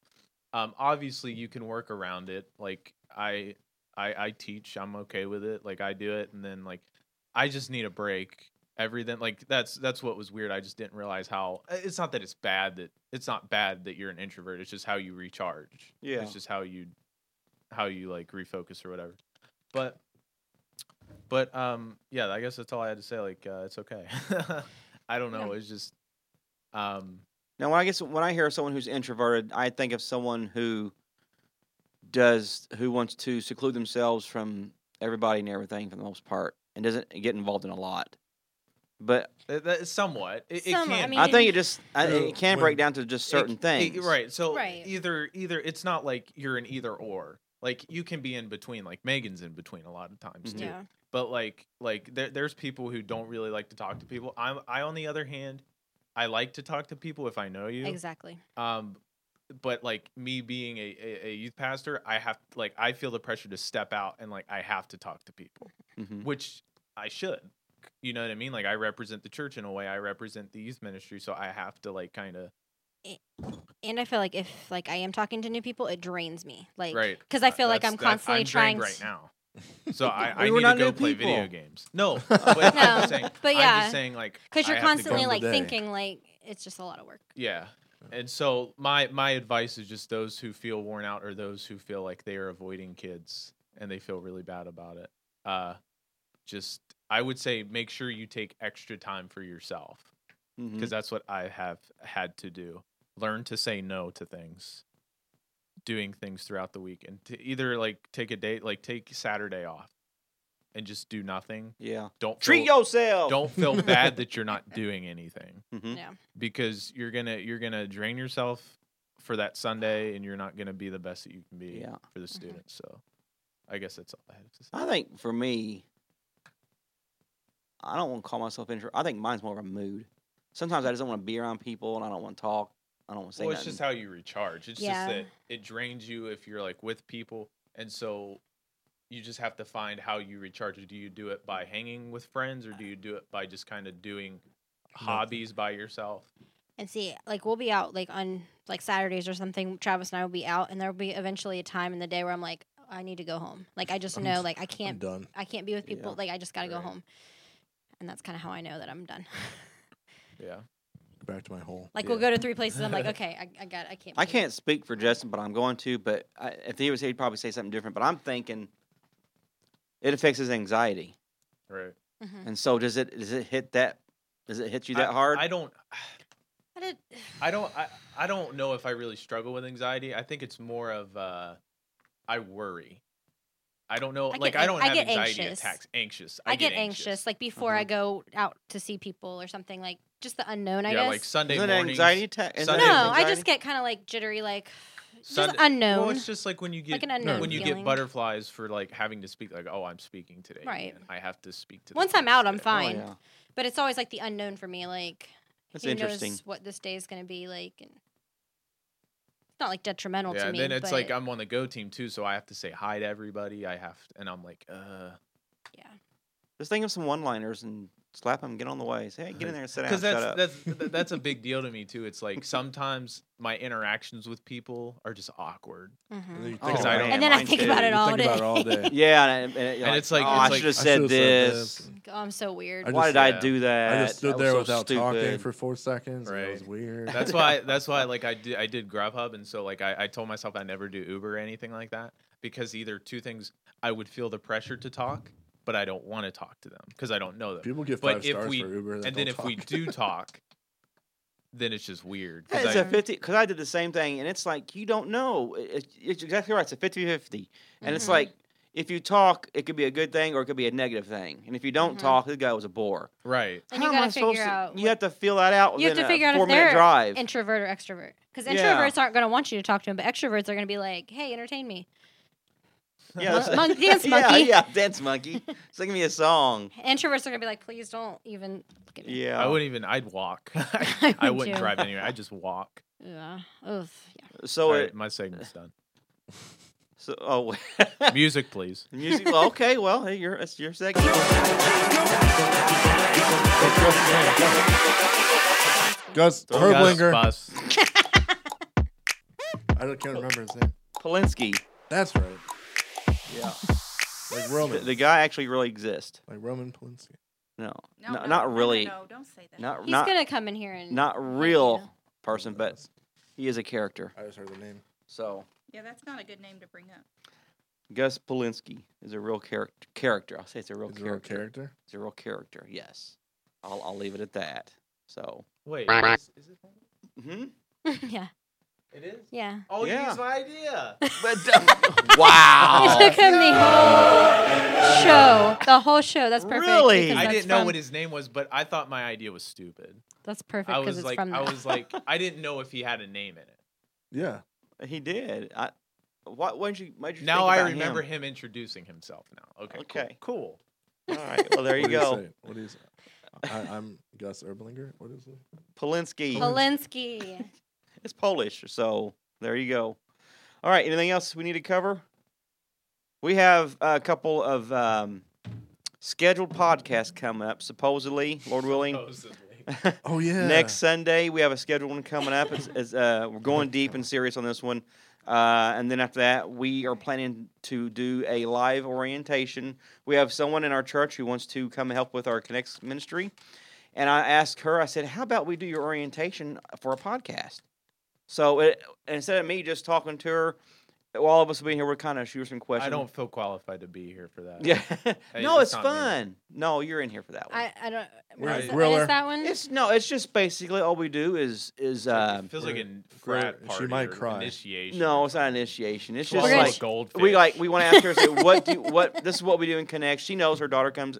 E: um, obviously you can work around it. Like I, I, I teach. I'm okay with it. Like I do it, and then like, I just need a break. Everything like that's that's what was weird. I just didn't realize how. uh, It's not that it's bad that it's not bad that you're an introvert. It's just how you recharge.
B: Yeah.
E: It's just how you, how you like refocus or whatever. But. But um, yeah, I guess that's all I had to say. Like, uh, it's okay. (laughs) I don't
C: Yeah.
E: know. It's just um,
B: Now, when I guess when I hear someone who's introverted, I think of someone who does who wants to seclude themselves from everybody and everything for the most part, and doesn't get involved in a lot. But
E: That, that is somewhat. It, it
C: Some- I
E: can.
C: mean,
B: I think it just I,
D: So
B: it can
D: when-
B: break down to just
E: it-
B: certain
E: it-
B: things.
E: right. So
C: Right.
E: either either it's not like you're an either or. Like you can be in between. Like Megan's in between a lot of times
B: Mhm.
E: too.
C: Yeah.
E: But like like there, there's people who don't really like to talk to people. I'm I on the other hand, I like to talk to people if I know you.
C: Exactly.
E: Um, but like me being a, a, a youth pastor, I have like I feel the pressure to step out and like I have to talk to people,
B: Mhm.
E: which I should. You know what I mean? Like I represent the church in a way. I represent the youth ministry, so I have to like kind of
C: And I feel like if like I am talking to new people, it drains me. Like
E: right
C: Because I feel like
E: uh, That's-
C: I'm
E: that-
C: constantly
E: I'm
C: trying
E: drained right
C: to-
B: (laughs)
E: now. So I,
B: We
E: I
B: were
E: need
B: not
E: to go
B: new
E: play video
B: people.
E: games.
B: (laughs)
E: No, but, I'm
C: No,
E: just saying,
C: but
E: I'm
C: yeah.
E: just saying like
C: Because
E: I
C: you're
E: have to
C: constantly
D: go-
C: like
D: Day.
C: thinking like it's just a lot of work.
E: Yeah. And so my my advice is just those who feel worn out or those who feel like they are avoiding kids and they feel really bad about it. Uh just I would say make sure you take extra time for yourself
B: Mhm.
E: because that's what I have had to do. Learn to say no to things. Doing things throughout the week and to either like take a day like take Saturday off and just do nothing.
B: Yeah.
E: Don't
B: Treat
E: feel,
B: yourself.
E: don't
B: (laughs)
E: feel bad that you're not doing anything
B: Mhm.
C: Yeah.
E: because you're gonna you're gonna drain yourself for that Sunday, and you're not gonna be the best that you can be
B: Yeah.
E: for the
C: Mm-hmm.
E: students. So, I guess that's all I have to say.
B: I think for me, I don't want to call myself intro. I think mine's more of a mood. Sometimes I just don't want to be around people and I don't want to talk. I don't want to say
E: Well, it's
B: nothing.
E: just how you recharge. It's
C: Yeah.
E: just that it drains you if you're like with people, and so you just have to find how you recharge. Do you do it by hanging with friends, or do you do it by just kind of doing hobbies by yourself?
C: And see, like we'll be out like on like Saturdays or something. Travis and I will be out, and there will be eventually a time in the day where I'm like, I need to go home. Like I just
D: I'm
C: know
D: d-
C: like I
D: I'm
C: can't
D: done.
C: I can't be with people.
B: Yeah.
C: Like I just gotta go
E: Right.
C: home. And that's kind of how I know that I'm done. (laughs)
E: Yeah,
D: Go back to my hole.
C: like we'll
E: Yeah.
C: go to three places. I'm like, okay, I, I got I can't.
B: I
C: be here."
B: can't speak for Justin, but I'm going to. But I, if he was here, he'd probably say something different. But I'm thinking it affects his anxiety.
E: right.
C: Mhm.
B: And so does it does it hit that does it hit you that
E: I-
B: hard?
E: I don't.
C: I did.
E: I don't I, I don't know if I really struggle with anxiety. I think it's more of uh I worry. I don't know
C: I get
E: like I
C: an-
E: don't
C: I
E: have
C: get
E: anxiety
C: anxious.
E: attacks. Anxious.
C: I, get anxious, like before
B: Uh-huh.
C: I go out to see people or something. Like just the unknown. I
E: yeah,
C: guess.
E: like Sunday
B: Is it an
E: mornings.
B: anxiety attack?
E: Sunday-
C: no, I
E: anxiety?
C: just get kind of like jittery, like
E: Sunday-
C: just unknown.
E: Well, it's just like when you get
C: an unknown
E: when you
C: feeling.
E: get butterflies for like having to speak like oh I'm speaking today.
C: Right.
E: and I have to speak today.
C: Once I'm out, I'm
E: instead.
B: Oh,
C: fine.
B: yeah.
C: But it's always like the unknown for me. Like
B: That's
C: who
B: interesting.
C: knows what this day is going to be like, and it's not like detrimental
E: Yeah,
C: to
E: and
C: me.
E: then it's like
C: but
E: I'm on the go team too, so I have to say hi to everybody. I have and I'm like uh
C: yeah,
B: Just think of some one-liners and slap them. Get on the way. Say, hey,
E: (laughs)
B: get in there, and sit down,
E: because
B: shut
E: that's
B: up.
E: that's th- that's a big deal to me too.
B: (laughs)
E: It's like sometimes my interactions with people are just
B: (laughs)
E: awkward,
C: Mhm.
D: You think
B: Oh,
E: Because
D: about
E: I
D: it.
E: don't
C: and then I
E: mine
C: think
E: too.
C: about
E: You
C: it
D: You
C: all
D: think
C: day.
D: about it
C: (laughs)
D: all day.
B: yeah, and, and, you're
E: And it's like-
B: oh,
E: it's
B: I
E: like-
B: should have
E: I
B: said
D: should've said
B: this.
D: this.
C: Oh, I'm so weird.
D: I
B: Why
D: just-
B: did I
E: Yeah.
B: do that?
D: I just
B: That
D: stood
B: was
D: there
B: so
D: without talking
B: stupid."
D: for four seconds. and It was
E: Right.
D: weird.
E: That's why. That's why. Like I did. I did Grubhub, and so like I, I told myself I never do Uber or anything like that because either two things, I would feel the pressure to talk, but I don't want to talk to them because I don't know them.
D: (laughs) people get
E: But
D: five
E: if
D: stars
E: we-
D: for Uber.
E: and then if
B: (laughs)
E: we (laughs) do talk, then it's just weird. 'cause
B: It's
E: I-
B: a 50 because I did the same thing, and it's like you don't know. It- it- it's exactly right. It's a 50 50. And it's
C: Mhm.
B: like if you talk, it could be a good thing or it could be a negative thing. And if you don't
C: Mhm.
B: talk, this guy was a bore.
E: (laughs) right.
C: and you
B: How am I
C: gotta
B: supposed
C: figure
B: to-
C: out
B: You have to feel that out.
C: You have
B: within
C: to figure
B: a
C: out if
B: four minute
C: they're
B: drive.
C: introvert or extrovert because
B: Yeah.
C: introverts aren't going to want you to talk to them, but extroverts are going to be like, "Hey, entertain me."
B: yeah,
C: Mon-
B: (laughs) that's-
C: mon- dance
B: Yeah,
C: monkey.
B: Yeah, dance monkey. Sing me
C: (laughs)
B: a song.
C: Introverts are going to be like, "Please don't even." Look at me."
B: Yeah,
E: I wouldn't even. I'd
B: (laughs)
E: walk. (laughs)
C: I
E: I,
C: would
E: wouldn't
C: too.
E: drive anywhere. I would just walk.
C: Yeah. Ugh. Yeah.
B: So
E: All right,
B: it.
E: my segment's done.
B: So oh, (laughs)
E: Music, please.
B: music. Well, okay. Well, hey, you're that's your second.
D: Gus
B: Throw
D: Herblinger.
E: Gus, bus.
D: I don't, can't remember his name.
B: Polinsky.
D: That's right.
B: Yeah. The,
D: Like Roman.
B: the guy actually really exists.
D: like Roman Polinsky.
B: No, no,
F: No, no,
B: not
F: no, no,
B: really.
F: No, don't say that.
B: Not
C: He's
B: not
C: going to come in here and.
B: not real person, but he is a character.
D: I just heard the name.
B: So
F: Yeah, that's not a good name to bring up.
B: Gus Polinsky is a real character. Character. I'll say it's a real
D: Is it a
B: character.
D: real character?
B: It's a real character. Yes. I'll I'll leave it at that. So.
E: Wait, is, is it?
B: Mm-hmm.
C: (laughs) yeah.
E: It is. (laughs)
C: Yeah.
E: Oh,
C: (laughs)
B: Yeah.
E: you used my idea.
B: But wow.
C: It took him the. show. The whole show. That's perfect.
B: Really?
C: because
E: I
C: that's
E: didn't know
C: from-
E: what his name was, but I thought my idea was stupid.
C: That's perfect
E: I
C: because
E: was
C: it's
E: like,
C: from.
E: I
C: the-
E: was like, I didn't know if he had a name
C: (laughs)
E: in it.
D: Yeah.
B: He did. I. What? Why'd you? Why'd you
E: Now
B: think
E: I
B: about
E: remember
B: Him?
E: him. introducing himself. Now, okay,
B: Okay. (laughs)
E: cool.
B: All right. Well, there you
D: (laughs) What do
B: go.
D: say? What is? I, I'm Gus Erblinger. What is it?
B: Polinsky.
C: Polanski.
B: it's Polish, so there you go. All right. Anything else we need to cover? We have a couple of um, scheduled podcasts coming up. Supposedly, Lord willing.
E: cool. Supposedly.
D: Oh yeah.
B: Next Sunday, we have a scheduled one coming up. It's, it's, uh, we're going deep and serious on this one. Uh, and then after that, we are planning to do a live orientation. We have someone in our church who wants to come help with our Connects ministry. And I asked her, I said, How about we do your orientation for a podcast? So it, instead of me just talking to her, all of us being here, we're kind of shooting some questions.
E: I don't feel qualified to be here for that.
B: Yeah. (laughs)
E: (laughs)
B: no,
E: it's
B: it's
E: not me.
B: fun. No, you're in here for that one.
C: I, I don't.
D: We're
C: What
D: a
C: is, that, what
D: griller.
C: is that one?
B: it's no, it's just basically all we do is is um,
E: it feels like
D: We're-
E: a frat
D: she
E: party.
D: might
E: or
D: cry.
E: Initiation.
B: No,
E: or
B: it's not
E: something.
B: initiation. It's
E: Swallow
B: just
C: Swallow
E: a
B: like
E: goldfish.
B: we like we want to ask her. Say, what
E: (laughs)
B: do you, what? This is what we do in Connect. She knows her daughter comes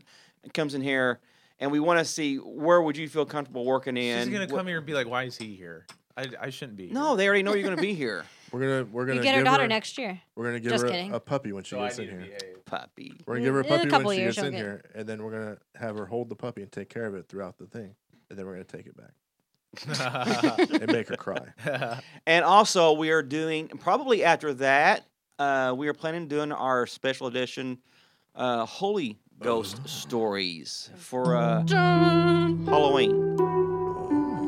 B: comes in here, and we want to see where would you feel comfortable working in.
E: She's gonna
B: What-
E: come here and be like, "Why is he here? I, I shouldn't be."
B: No,
E: here."
B: they already know you're gonna be
E: (laughs)
B: here,
D: We're gonna we're gonna
C: You get her
D: give
C: daughter next year.
D: We're gonna give
C: Just
D: her
C: kidding.
D: a, a puppy when she
E: So I
D: gets in
E: need to
D: here.
E: behave.
B: puppy.
D: We're gonna give her a
C: In a
D: puppy
C: couple
D: when she
C: years,
D: gets in
C: she'll get-
D: here, and then we're gonna have her hold the puppy and take care of it throughout the thing, and then we're gonna take it
B: (laughs)
D: back and make her cry.
B: And also, we are doing probably after that, uh, we are planning doing our special edition uh, Holy Ghost
E: Oh.
B: stories for uh,
C: Dun.
B: Halloween.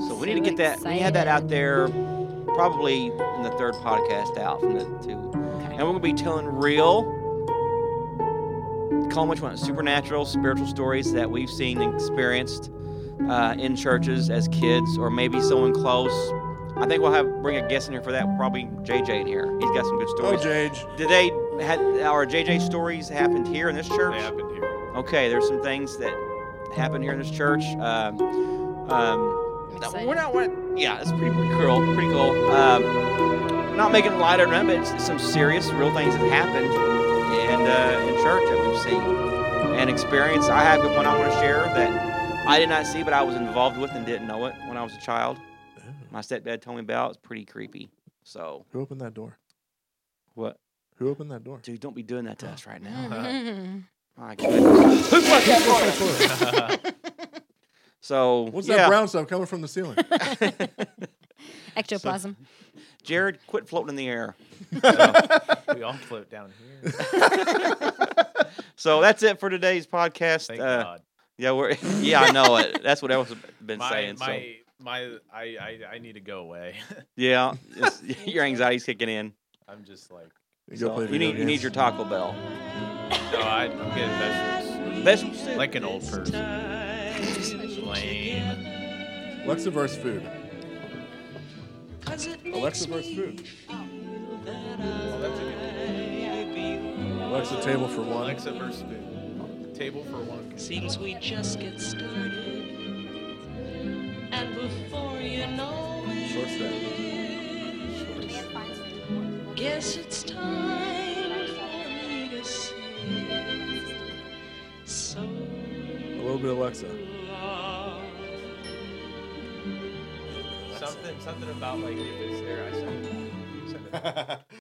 B: So we need to get that. We had that out there, probably in the third podcast out from the two.
C: Okay.
B: And we're going to be telling real, call them what you want, supernatural, spiritual stories that we've seen and experienced uh, in churches as kids or maybe someone close. I think we'll have bring a guest in here for that. Probably JJ in here. He's got some good
D: Oh,
B: stories.
D: Jage.
B: Did they had our JJ stories happened here in this
E: (laughs) they
B: church? (laughs)
E: happened here.
B: Okay, there's some things that happened here in this church. Um, um,
C: excited.
B: we're not. We're, yeah, it's pretty, pretty cool. Pretty cool. Um, not making light of it, but it's some serious, real things that happened and uh, in church that we've seen and experienced. I have one I want to share that I did not see, but I was involved with and didn't know it when I was a child. My stepdad told me about. It's pretty creepy. So
D: Who opened that door?
B: what,
D: Who opened that door?
B: dude? Don't be doing that to us right now.
C: Mhm.
B: My goodness. Who flushed that toilet? So
D: What's
B: yeah.
D: that brown stuff coming from
B: (laughs)
D: the ceiling?
C: Ectoplasm.
B: Jared, quit floating in the air.
E: we all float down here.
B: So that's it for today's podcast.
E: Thank
B: uh,
E: God.
B: Yeah, we're (laughs) yeah, I know it. That's what else I've been
E: My
B: saying.
E: my
B: so
E: my I, I I need to go away. (laughs)
B: yeah, it's- (laughs) your anxiety's kicking in.
E: I'm just like,
D: You
B: So
D: go play
B: you
D: video
B: need you need
D: games.
B: your Taco Bell.
E: no, I, I'm getting vegetables.
B: Best
E: Like an old person. Lame.
D: Lexiverse food. Lexiverse food.
E: Well, that's a
D: Alexa
E: good one.
D: table for one.
E: Alexa versus food. Table for one.
H: Seems we just get started. And before you know
D: Short
H: it,
D: stack.
H: guess it's time for me to say so
D: A little bit of Alexa.
H: long.
E: (laughs) Something something about like if it's there, I said.